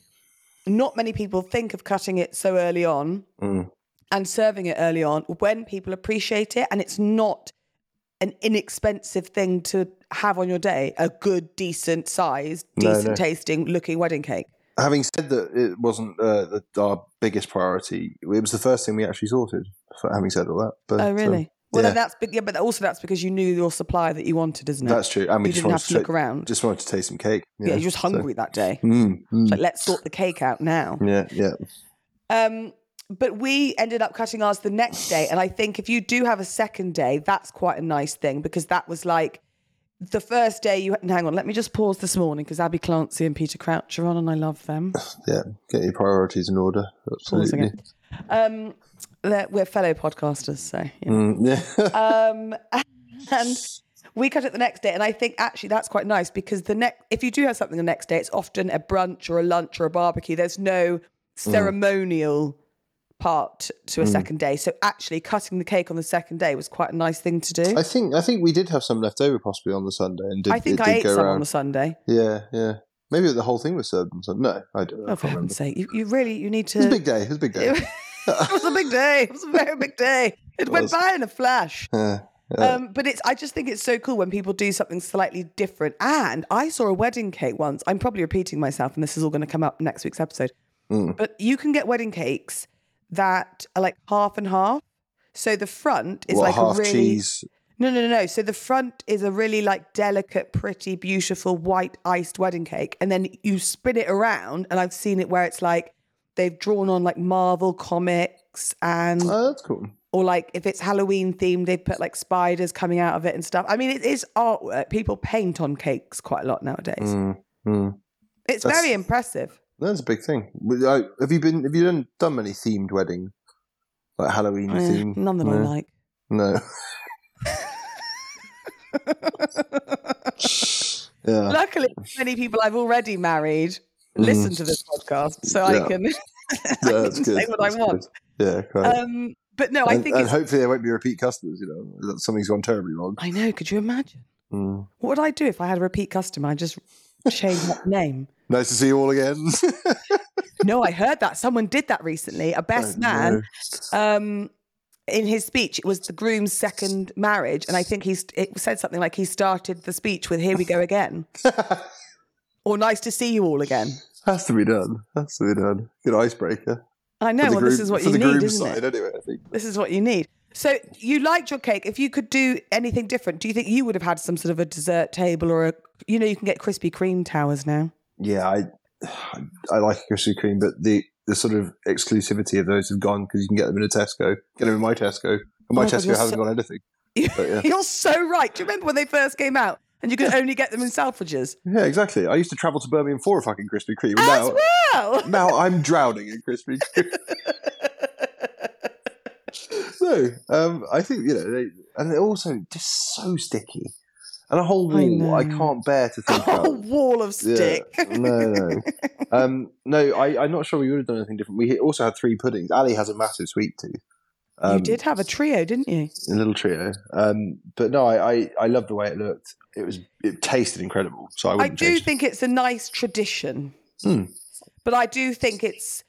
C: not many people think of cutting it so early on
B: Mm.
C: and serving it early on when people appreciate it and it's not an inexpensive thing to have on your day a good decent size
B: No,
C: decent
B: no.
C: tasting looking wedding cake
B: Having said that, it wasn't uh, the, our biggest priority. It was the first thing we actually sorted. For having said all that, but
C: oh
B: um,
C: really well then
B: yeah.
C: that's be- yeah but also that's because you knew your supplier that you wanted isn't it
B: that's true. And we
C: you
B: just
C: didn't
B: wanted
C: have to look
B: ta-
C: around
B: Just wanted to taste some cake.
C: yeah, you're just
B: so-
C: hungry that day
B: Mm, mm.
C: It's like let's sort the cake out now
B: yeah, yeah.
C: um but we ended up cutting ours the next day and i think if you do have a second day that's quite a nice thing because that was like the first day you and hang on, let me just pause this morning because Abby Clancy and Peter Crouch are on and I love them.
B: Yeah, get your priorities in order.
C: Pausing
B: Absolutely.
C: it. Um they're, we're fellow podcasters, so you know.
B: Mm, yeah.
C: um [laughs] and we cut it the next day and I think actually that's quite nice because the next if you do have something the next day, it's often a brunch or a lunch or a barbecue. There's
B: Mm.
C: no ceremonial part to a
B: Mm.
C: second day. So actually cutting the cake on the second day was quite a nice thing to do.
B: I think I think we did have some left over possibly on the Sunday, and did,
C: I think
B: it
C: I
B: did
C: ate
B: go
C: some
B: around.
C: on the Sunday. Oh,
B: yeah, yeah. Maybe the whole thing was served on Sunday. No, I don't. I
C: Oh,
B: can't
C: for
B: remember.
C: heaven's sake, you, you really you need to
B: It was a big day. It was a big day.
C: [laughs] it was a big day. It was a very big day. It went
B: was.
C: by in a flash. [laughs]
B: Yeah, yeah.
C: Um, but it's I just think it's so cool when people do something slightly different. And I saw a wedding cake once. I'm probably repeating myself, and this is all going to come up next week's episode.
B: Mm.
C: But you can get wedding cakes that are like half and half. So the front is
B: what
C: like
B: half
C: a really
B: cheese?
C: no, no, no, no. So the front is a really like delicate, pretty, beautiful white iced wedding cake. And then you spin it around, and I've seen it where it's like they've drawn on like Marvel comics and
B: Oh, that's cool.
C: or like if it's Halloween themed, they put like spiders coming out of it and stuff. I mean, it is artwork. People paint on cakes quite a lot nowadays.
B: Mm, mm.
C: It's
B: That's-
C: very impressive.
B: That's a big thing. Well, I- Have you been? Have you done done many themed weddings, like Halloween
C: Yeah,
B: themed?
C: none that
B: no.
C: I like. [laughs]
B: No. [laughs] yeah.
C: Luckily, many people I've already married listen to this podcast, so
B: Mm. Yeah.
C: I can, [laughs] I
B: Yeah,
C: can
B: that's
C: say
B: good.
C: what
B: That's
C: I
B: good.
C: want.
B: Yeah, quite.
C: Um, but no, I
B: and,
C: think
B: and
C: it's.
B: hopefully there won't be repeat customers. You know, that something's gone terribly wrong.
C: I know. Could you imagine?
B: Mm.
C: What would I do if I had a repeat customer? I just Shame that name.
B: Nice to see you all again. [laughs]
C: No, I heard that. Someone did that recently. A best
B: [laughs] Don't
C: man
B: know.
C: um, in his speech, it was the groom's second marriage, and I think he's it said something like he started the speech with "Here we
B: [laughs]
C: go again," or "Nice to see you all again."
B: Has to be done. Has to be done. Good icebreaker.
C: I know.
B: For the
C: Well, this
B: groom-
C: is what
B: for
C: you
B: the
C: need,
B: groom's
C: isn't
B: side,
C: it?
B: anyway. I think.
C: This is what you need. So you liked your cake. If you could do anything different, do you think you would have had some sort of a dessert table or a? You know, you can get Krispy Kreme towers now.
B: Yeah, I I like a Krispy Kreme, but the the sort of exclusivity of those have gone because you can get them in a Tesco. Get them in my Tesco, and my
C: Oh my God,
B: Tesco
C: you're
B: hasn't
C: so-
B: got
C: [laughs]
B: anything. But, yeah.
C: You're so right. Do you remember when they first came out and you could only get them in Selfridges
B: Yeah, exactly. I used to travel to Birmingham for a fucking Krispy Kreme. and
C: as
B: Now,
C: well?
B: now I'm drowning in
C: [laughs]
B: Krispy Kreme. no, um, I think you know, they, and they're also just so sticky, and a whole
C: I
B: wall. I,
C: know.
B: can't bear to
C: [laughs]
B: think
C: a
B: about.
C: Oh, wall of
B: Yeah,
C: stick. [laughs]
B: no, no. Um, no, I, I'm not sure we would have done anything different. We also had three puddings. Ali has a massive sweet tooth. um,
C: you did have a trio, didn't you?
B: a little trio. Um, but no, I, I, I loved the way it looked. It was it tasted incredible. So I
C: I
B: wouldn't
C: do
B: change.
C: think it's a nice tradition,
B: Hmm.
C: but I do think it's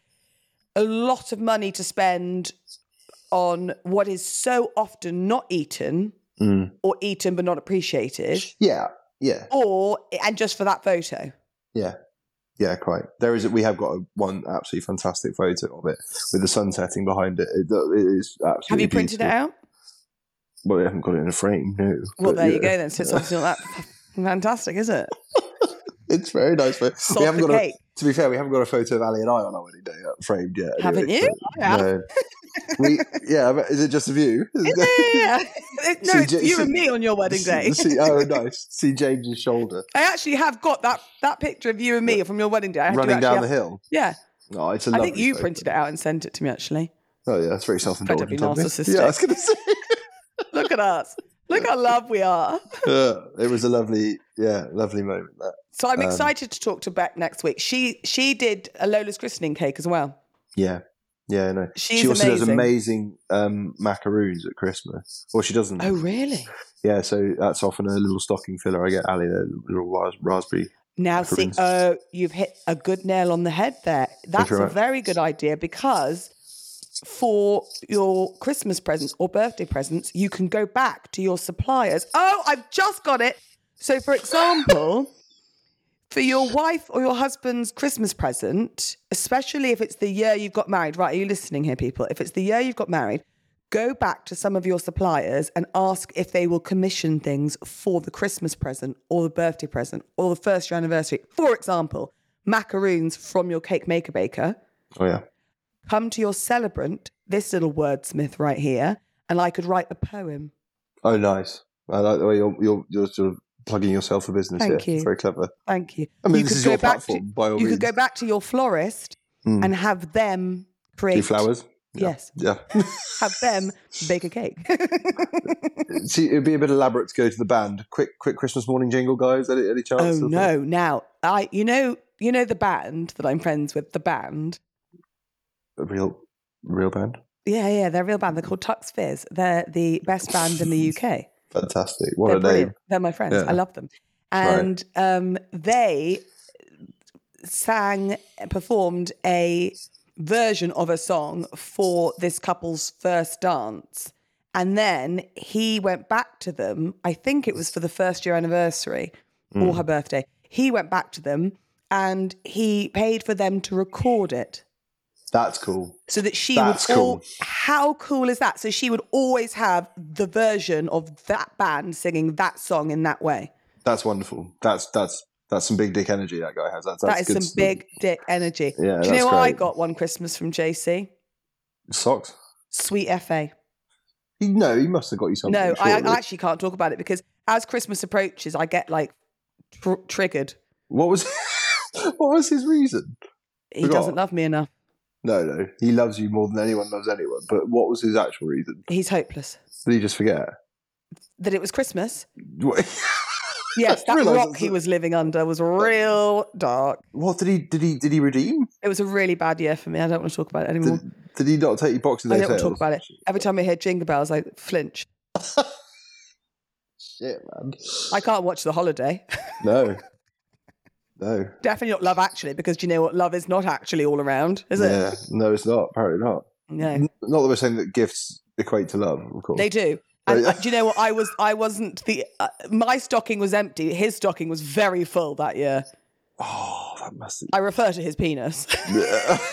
C: a lot of money to spend on what is so often not eaten
B: Mm.
C: or eaten but not appreciated,
B: Yeah, yeah,
C: or and just for that photo.
B: yeah. Quite. There is. We have got a, one absolutely fantastic photo of it with the sun setting behind it. It, it is absolutely.
C: Have you printed it
B: beautiful.
C: out?
B: Well, we haven't got it in a frame. No.
C: Well,
B: But,
C: there you
B: yeah,
C: go then. So it's obviously not that fantastic,
B: [laughs]
C: is it?
B: It's very nice. But
C: Salt
B: we haven't
C: the
B: got. A, [laughs]
C: cake.
B: to be fair, we haven't got a photo of Ali and I on our wedding day uh, framed yet.
C: Haven't you?
B: but
C: I have.
B: No. we yeah. but Is it just a
C: [laughs]
B: view?
C: Yeah, yeah, yeah. no,
B: See,
C: it's
B: J-
C: you
B: see-
C: and me on your wedding
B: [laughs]
C: day.
B: See, oh, nice. See James's shoulder
C: I actually have got that that picture of you and me from your wedding day. I do
B: running
C: actually
B: down
C: have-
B: the hill.
C: Yeah,
B: Oh, it's a
C: I
B: lovely.
C: think you
B: photo.
C: printed it out and sent it to me. Actually,
B: Oh yeah, that's very self-indulgent.
C: Incredibly
B: of me. [laughs]
C: narcissistic.
B: Yeah, I was going to say.
C: look at us. Look how love we are.
B: Yeah, it was a lovely, yeah, lovely moment. That.
C: So I'm
B: Um,
C: excited to talk to Beck next week. She she did a Lola's christening cake as well.
B: Yeah, yeah, no.
C: She's
B: she also does
C: amazing.
B: amazing um, macaroons at Christmas. Well, she doesn't.
C: Oh really?
B: Yeah, so that's often a little stocking filler. I get Ali the little ras- raspberry.
C: Now see,
B: Macaroons.
C: oh, you've hit a good nail on the head there. That's
B: very
C: a
B: much.
C: very good idea because for your Christmas presents or birthday presents, you can go back to your suppliers. Oh, I've just got it. So, for example, for your wife or your husband's Christmas present, especially if it's the year you've got married, right? Are you listening here, people? If it's the year you've got married, go back to some of your suppliers and ask if they will commission things for the Christmas present or the birthday present or the first year anniversary. For example, macaroons from your cake maker baker
B: Oh yeah,
C: come to your celebrant, this little wordsmith right here, and I could write a poem.
B: oh nice. I like the way you're you're, you're sort of plugging yourself for business
C: Thank
B: here.
C: you.
B: Very clever.
C: Thank you.
B: I mean,
C: you
B: this
C: could
B: is
C: go
B: your
C: back
B: platform.
C: To,
B: by all
C: you
B: means,
C: could go back to your florist
B: Mm.
C: and have them create
B: do flowers. Yeah.
C: Yes,
B: Yeah.
C: have them bake
B: [laughs]
C: a cake.
B: See, it'd be a bit elaborate to go to the band. Quick, quick Christmas morning jingle, guys. Any, any chance?
C: oh
B: of-
C: no! Now I, you know, you know the band that I'm friends with. The band.
B: A real, real band.
C: Yeah, yeah, they're a real band. They're called Tux Fizz. They're the best band in the UK.
B: Fantastic. What
C: They're
B: a
C: brilliant.
B: name.
C: They're my friends.
B: Yeah.
C: I love them.
B: Right.
C: And um, they sang, performed a version of a song for this couple's first dance. And then he went back to them. I think it was for the first year anniversary
B: Mm. Hmm.
C: or her birthday. He went back to them and he paid for them to record it
B: That's cool.
C: so that she
B: That's
C: would all
B: cool.
C: how cool is that so she would always have the version of that band singing that song in that way
B: That's wonderful. That's that's that's some big dick energy that guy has. That's, that's
C: that is
B: good
C: some
B: stuff.
C: big dick energy
B: Yeah,
C: do you know
B: that's
C: what i
B: great.
C: got one christmas from jc
B: socks.
C: sweet fa
B: You- No, he must have got you something.
C: no I,
B: surely.
C: I actually can't talk about it because as christmas approaches i get like tr- triggered
B: What was [laughs] what was his reason?
C: he
B: Forgot.
C: doesn't love me enough
B: No, no, he loves you more than anyone loves anyone. But what was his actual reason?
C: he's hopeless
B: Did he just forget?
C: that it was
B: [laughs]
C: christmas
B: What,
C: yes that
B: realised
C: rock
B: that's
C: he
B: a-
C: was living under was real dark
B: what did he did he did he redeem?
C: it was a really bad year for me i don't want to talk about it anymore
B: Did, did he not take your boxes?
C: I don't want to talk about it. Every time I hear Jingle Bells, I flinch.
B: Shit, man.
C: I can't watch The Holiday.
B: No. No.
C: [laughs] Definitely not love, actually, because do you know what? Love is not actually all around, is it?
B: Yeah. No, it's not. Apparently not.
C: No.
B: N- Not that we're saying that gifts equate to love, of course. [laughs]
C: They do. And
B: Yeah.
C: uh, do you know what? I was I wasn't the uh, my stocking was empty. His stocking was very full that year.
B: oh, that must.
C: I refer to his penis. [laughs]
B: Yeah. [laughs]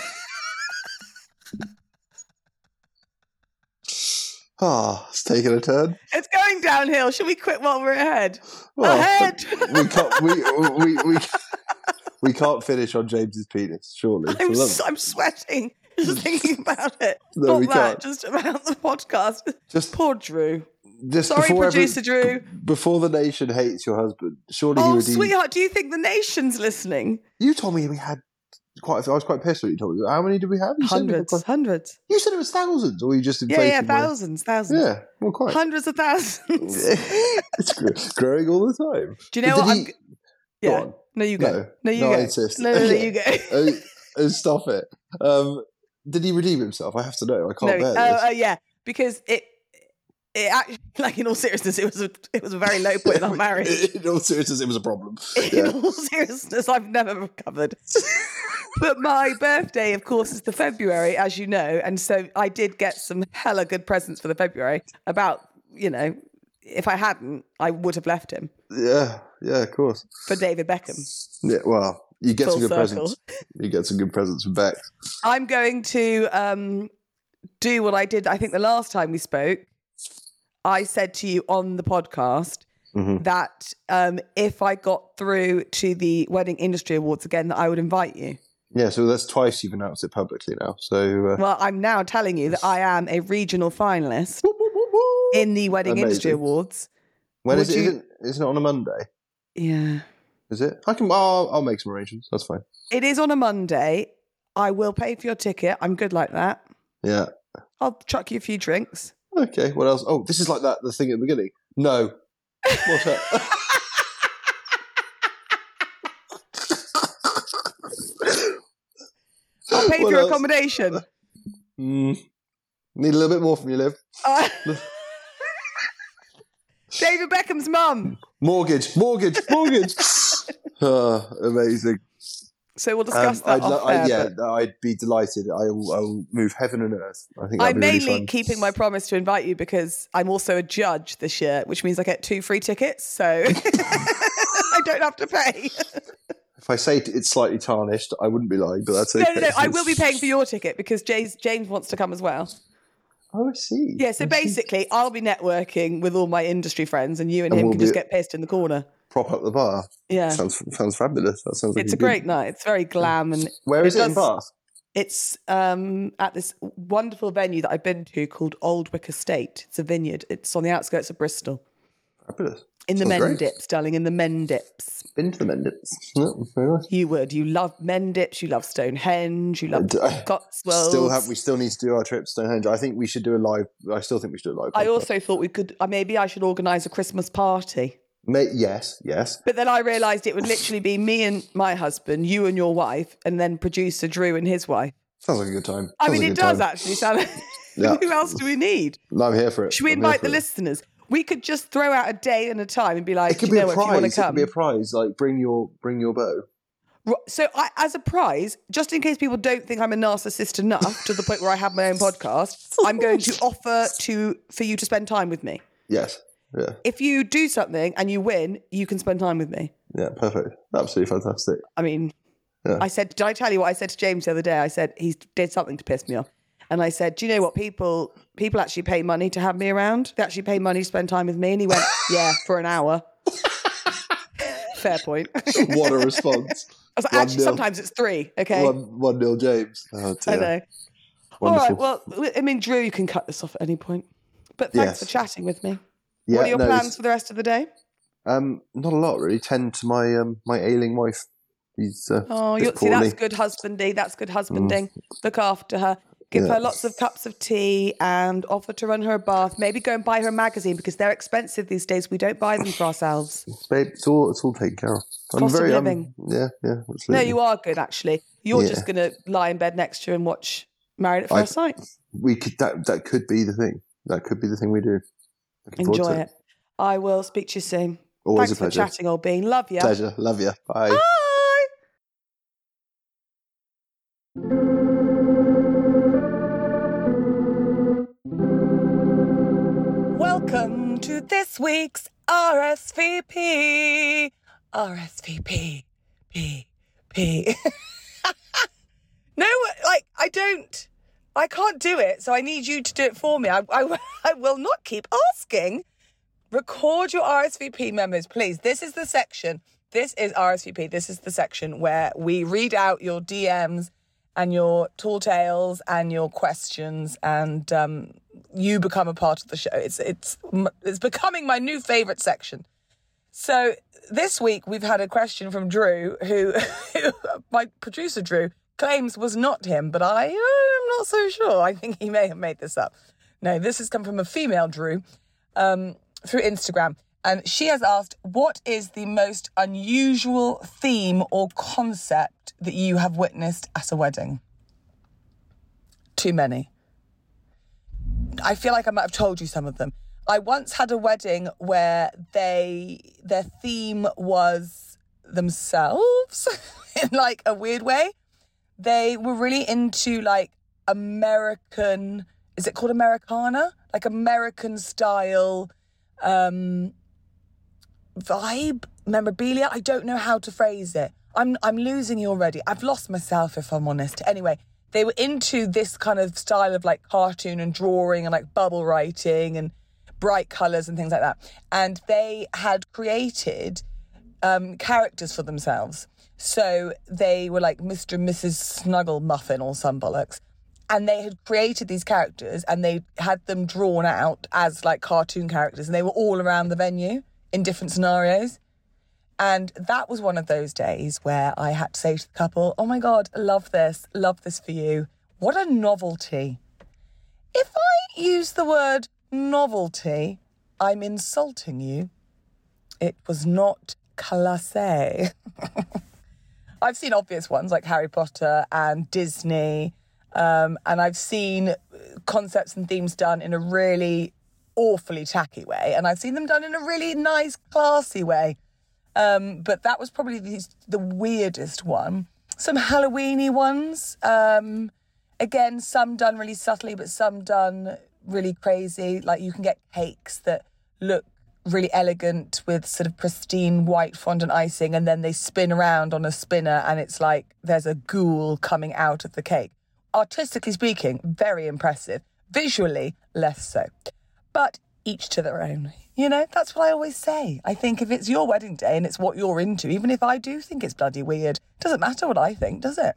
B: Ah, it's taking a turn.
C: it's going downhill. Should we quit while we're ahead?
B: Well,
C: ahead. [laughs]
B: we can't. We we we. We can't finish on James's penis, surely.
C: I'm
B: Well,
C: s am sweating
B: [laughs]
C: just thinking about it.
B: No,
C: Not
B: we
C: that,
B: can't.
C: just about the podcast.
B: just,
C: Poor Drew.
B: just
C: Sorry,
B: before every-
C: producer Drew.
B: before the nation hates your husband, surely he
C: Oh,
B: redeemed.
C: sweetheart, do you think the nation's listening?
B: You told me we had quite. A few. I was quite pissed when you told me. How many did we have? You Said we had
C: Hundreds,
B: quite,
C: hundreds.
B: you said it was thousands, or you just
C: Yeah,
B: inflated
C: yeah,
B: my-
C: thousands, thousands.
B: Yeah, well, quite.
C: Hundreds of thousands.
B: [laughs] it's gr- growing all the time.
C: Do you
B: But did
C: know what?
B: he-
C: I'm... g-
B: Go
C: Yeah.
B: on.
C: No, you go.
B: No,
C: No, you
B: no,
C: go.
B: I insist.
C: No,
B: [laughs]
C: no, no, you go.
B: Oh, oh, stop it. Um, did he redeem himself? I have to know. I
C: no,
B: can't bear [laughs]
C: oh,
B: this.
C: oh, yeah, because it, it actually, [laughs] like in all seriousness, it was a, it was a very low
B: [laughs]
C: point in our marriage.
B: in all seriousness, it was a
C: [laughs]
B: problem.
C: In
B: Yeah.
C: all seriousness, I've never recovered. but my birthday, of course, is the February, as you know, and so I did get some hella good presents for the February. About you know, if I hadn't, I would have left him
B: yeah, yeah, of course.
C: for David Beckham.
B: Yeah, well, you get
C: Full
B: some good
C: circle.
B: presents. You get some good presents from Beck.
C: I'm going to um, do what I did. I think the last time we spoke, I said to you on the podcast Mm-hmm.
B: Mhm.
C: that um, if I got through to the Wedding Industry Awards again, that I would
B: [laughs]
C: invite you.
B: Yeah, so that's twice you've announced it publicly now. So, uh,
C: Well, I'm now telling you that I am a regional finalist
B: whoop, whoop, whoop, whoop.
C: in the Wedding Industry
B: Amazing.
C: Awards.
B: when is
C: would
B: it?
C: you-
B: Isn't, isn't it on a Monday?
C: Yeah,
B: Is it? I can. I'll, I'll make some arrangements. That's fine.
C: it is on a Monday. I will pay for your ticket. I'm good like that.
B: Yeah.
C: I'll chuck you a few drinks.
B: Okay. What else? Oh, this is like that. The thing at the beginning. No. What's up? [gasps]
C: I'll pay
B: What
C: for your
B: else? [laughs]
C: accommodation. [laughs]
B: Mm. Need a little bit more from you, Liv.
C: Uh, David Beckham's mum.
B: Mortgage, mortgage, [laughs] mortgage. Ah, amazing.
C: So we'll discuss
B: Um,
C: that off
B: lo- I-
C: air,
B: yeah,
C: but-
B: no, I'd be delighted. I will, I will move heaven and earth. I think that'd
C: I'm
B: be really
C: mainly
B: fun.
C: keeping my promise to invite you because I'm also a judge this year, which means I get two free tickets, so [laughs] I don't have
B: [laughs]
C: to pay.
B: If I say it's slightly tarnished, I wouldn't be lying, but that's okay.
C: No, no, no. I will be paying for your ticket because James, James wants to come as well.
B: Oh, I see.
C: Yeah. So
B: I see.
C: basically, I'll be networking with all my industry friends, and you and,
B: And
C: him
B: we'll
C: can just
B: be-
C: get pissed in the corner.
B: prop up the bar.
C: Yeah.
B: Sounds sounds fabulous. That sounds like
C: It's
B: a
C: a great
B: Good...
C: night. It's very glam, and
B: Where
C: it
B: is it, in
C: does-
B: Bath?
C: it's um, at this wonderful venue that I've been to called Old Wick Estate. It's a vineyard. It's on the outskirts of Bristol.
B: Fabulous.
C: In the
B: Sounds
C: men
B: great.
C: dips, darling. In the men dips.
B: Been to the [laughs] Mendits. Yeah, very nice.
C: You would. You love Mendips. You love Stonehenge. You love
B: d- I-
C: Cotswolds.
B: uh, Still have we still need to do our trip to Stonehenge. I think we should do a live. I still think we should do a live.
C: I
B: podcast.
C: also thought we could. uh, Maybe I should organise a Christmas party.
B: May, yes, yes.
C: But then I realised it would literally be me and my husband, you and your wife, and then producer Drew and his wife.
B: Sounds like a good time.
C: I
B: Sounds like
C: mean,
B: a
C: it
B: good
C: does
B: time.
C: actually sound.
B: [laughs] Yeah.
C: Who else do we need?
B: No, I'm here for it.
C: Should we
B: I'm here
C: invite
B: for
C: the
B: it.
C: listeners? We could just throw out a day and a time and be like,
B: It could
C: "Do
B: be
C: you
B: a
C: know what? If you want to
B: prize. It could
C: come,
B: be a prize. Like bring your bring your bow.
C: Ro- So, I, as a prize, just in case people don't think I'm a narcissist enough to the point where I have
B: [laughs]
C: my own podcast, I'm going to offer to for you to spend time with me.
B: Yes. Yeah.
C: If you do something and you win, you can spend time with me.
B: Yeah. Perfect. Absolutely
C: [laughs]
B: fantastic.
C: I mean,
B: Yeah.
C: I said, did I tell you what I said to James the other day? I said he did something to piss me off, and I said, do you know what people people actually pay money to have me around? They actually pay money to spend time with me. And he
B: [laughs]
C: went, yeah, for an hour. [laughs] Fair point. I was
B: What a response.
C: like,
B: One
C: actually,
B: nil.
C: sometimes it's three. [laughs] Okay,
B: One one nil James. Oh
C: I
B: dear.
C: know.
B: Wonderful.
C: All right. Well, I mean, Drew, you can cut this off at any point. But thanks
B: Yes.
C: for chatting with me.
B: yeah,
C: what are your
B: no,
C: plans
B: it's-
C: for the rest of the day?
B: Um, not a lot really. Tend to my um my ailing wife. He's uh,
C: Oh,
B: a bit
C: you see, that's
B: poorly. Mm.
C: good husbanding. That's good husbanding. Look after her. Give
B: Yeah.
C: her lots of cups of tea and offer to run her a bath. Maybe go and buy her a magazine because they're expensive these days. We don't buy them for
B: [laughs]
C: ourselves.
B: Babe, it's all it's all taken care of. I'm
C: Cost of
B: very um,
C: living.
B: yeah, yeah,
C: No,
B: absolutely.
C: you are good, actually. You're
B: Yeah.
C: just going to lie in bed next to her and watch Married at
B: I-
C: First Sight.
B: we could that that could be the thing. That could be the thing we do. Looking forward
C: Enjoy
B: to
C: it. I will speak to you soon.
B: Always
C: Thanks
B: a pleasure.
C: for chatting, old bean. Love you.
B: Pleasure. Love you. Bye.
C: Bye.
A: Welcome to this week's RSVP. RSVP. P. P. [laughs] no, like, I don't. I can't do it, so I need you to do it for me. I, I, [laughs] I will not keep asking. Record your RSVP memos, please. This is the section. This is RSVP. This is the section where we read out your DMs and your tall tales and your questions, and um, you become a part of the show. It's it's m- it's becoming my new favorite section. So this week we've had a question from Drew, who, [laughs] who my producer Drew claims was not him, but I am not so sure. I think he may have made this up. No, this has come from a female Drew um, through Instagram, and she has asked, "What is the most unusual theme or concept that you have witnessed at a wedding?" Too many. I feel like I might have told you some of them. I once had a wedding where they their theme was themselves [laughs] in like a weird way. They were really into like American is it called Americana? Like American style um vibe, memorabilia. I don't know how to phrase it. I'm I'm losing you already. I've lost myself if I'm honest. Anyway, they were into this kind of style of like cartoon and drawing and like bubble writing and bright colours and things like that. And they had created um, characters for themselves. So they were like Mr. and Mrs. Snuggle Muffin or some bollocks. And they had created these characters and they had them drawn out as like cartoon characters. And they were all around the venue in different scenarios. And that was one of those days where I had to say to the couple, Oh my God, love this, love this for you. What a novelty. If I use the word novelty, I'm insulting you. It was not classe. [laughs] I've seen obvious ones like Harry Potter and Disney, um, and I've seen concepts and themes done in a really awfully tacky way, and I've seen them done in a really nice, classy way. Um, but that was probably the, the weirdest one. Some Halloweeny ones. Um, again, some done really subtly, but some done really crazy. Like you can get cakes that look really elegant with sort of pristine white fondant icing, and then they spin around on a spinner, and it's like there's a ghoul coming out of the cake. Artistically speaking, very impressive. Visually, less so. But each to their own. You know, that's what I always say. I think if it's your wedding day and it's what you're into, even if I do think it's bloody weird, doesn't matter what I think, does it?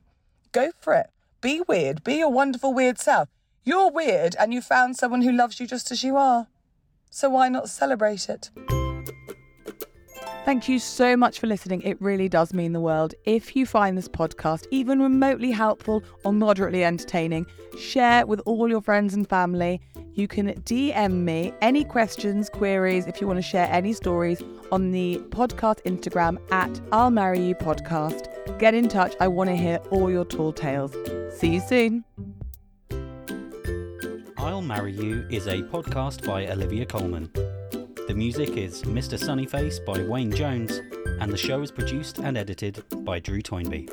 A: Go for it. Be weird. Be your wonderful weird self. You're weird and you found someone who loves you just as you are. So why not celebrate it?
C: Thank you so much for listening. It really does mean the world. If you find this podcast even remotely helpful or moderately entertaining, share with all your friends and family. You can DM me any questions, queries, if you want to share any stories on the podcast Instagram at I'll Marry You Podcast. Get in touch. I want to hear all your tall tales. See you soon.
E: I'll Marry You is a podcast by Olivia Coleman. The music is Mr. Sunnyface by Wayne Jones, and the show is produced and edited by Drew Toynbee.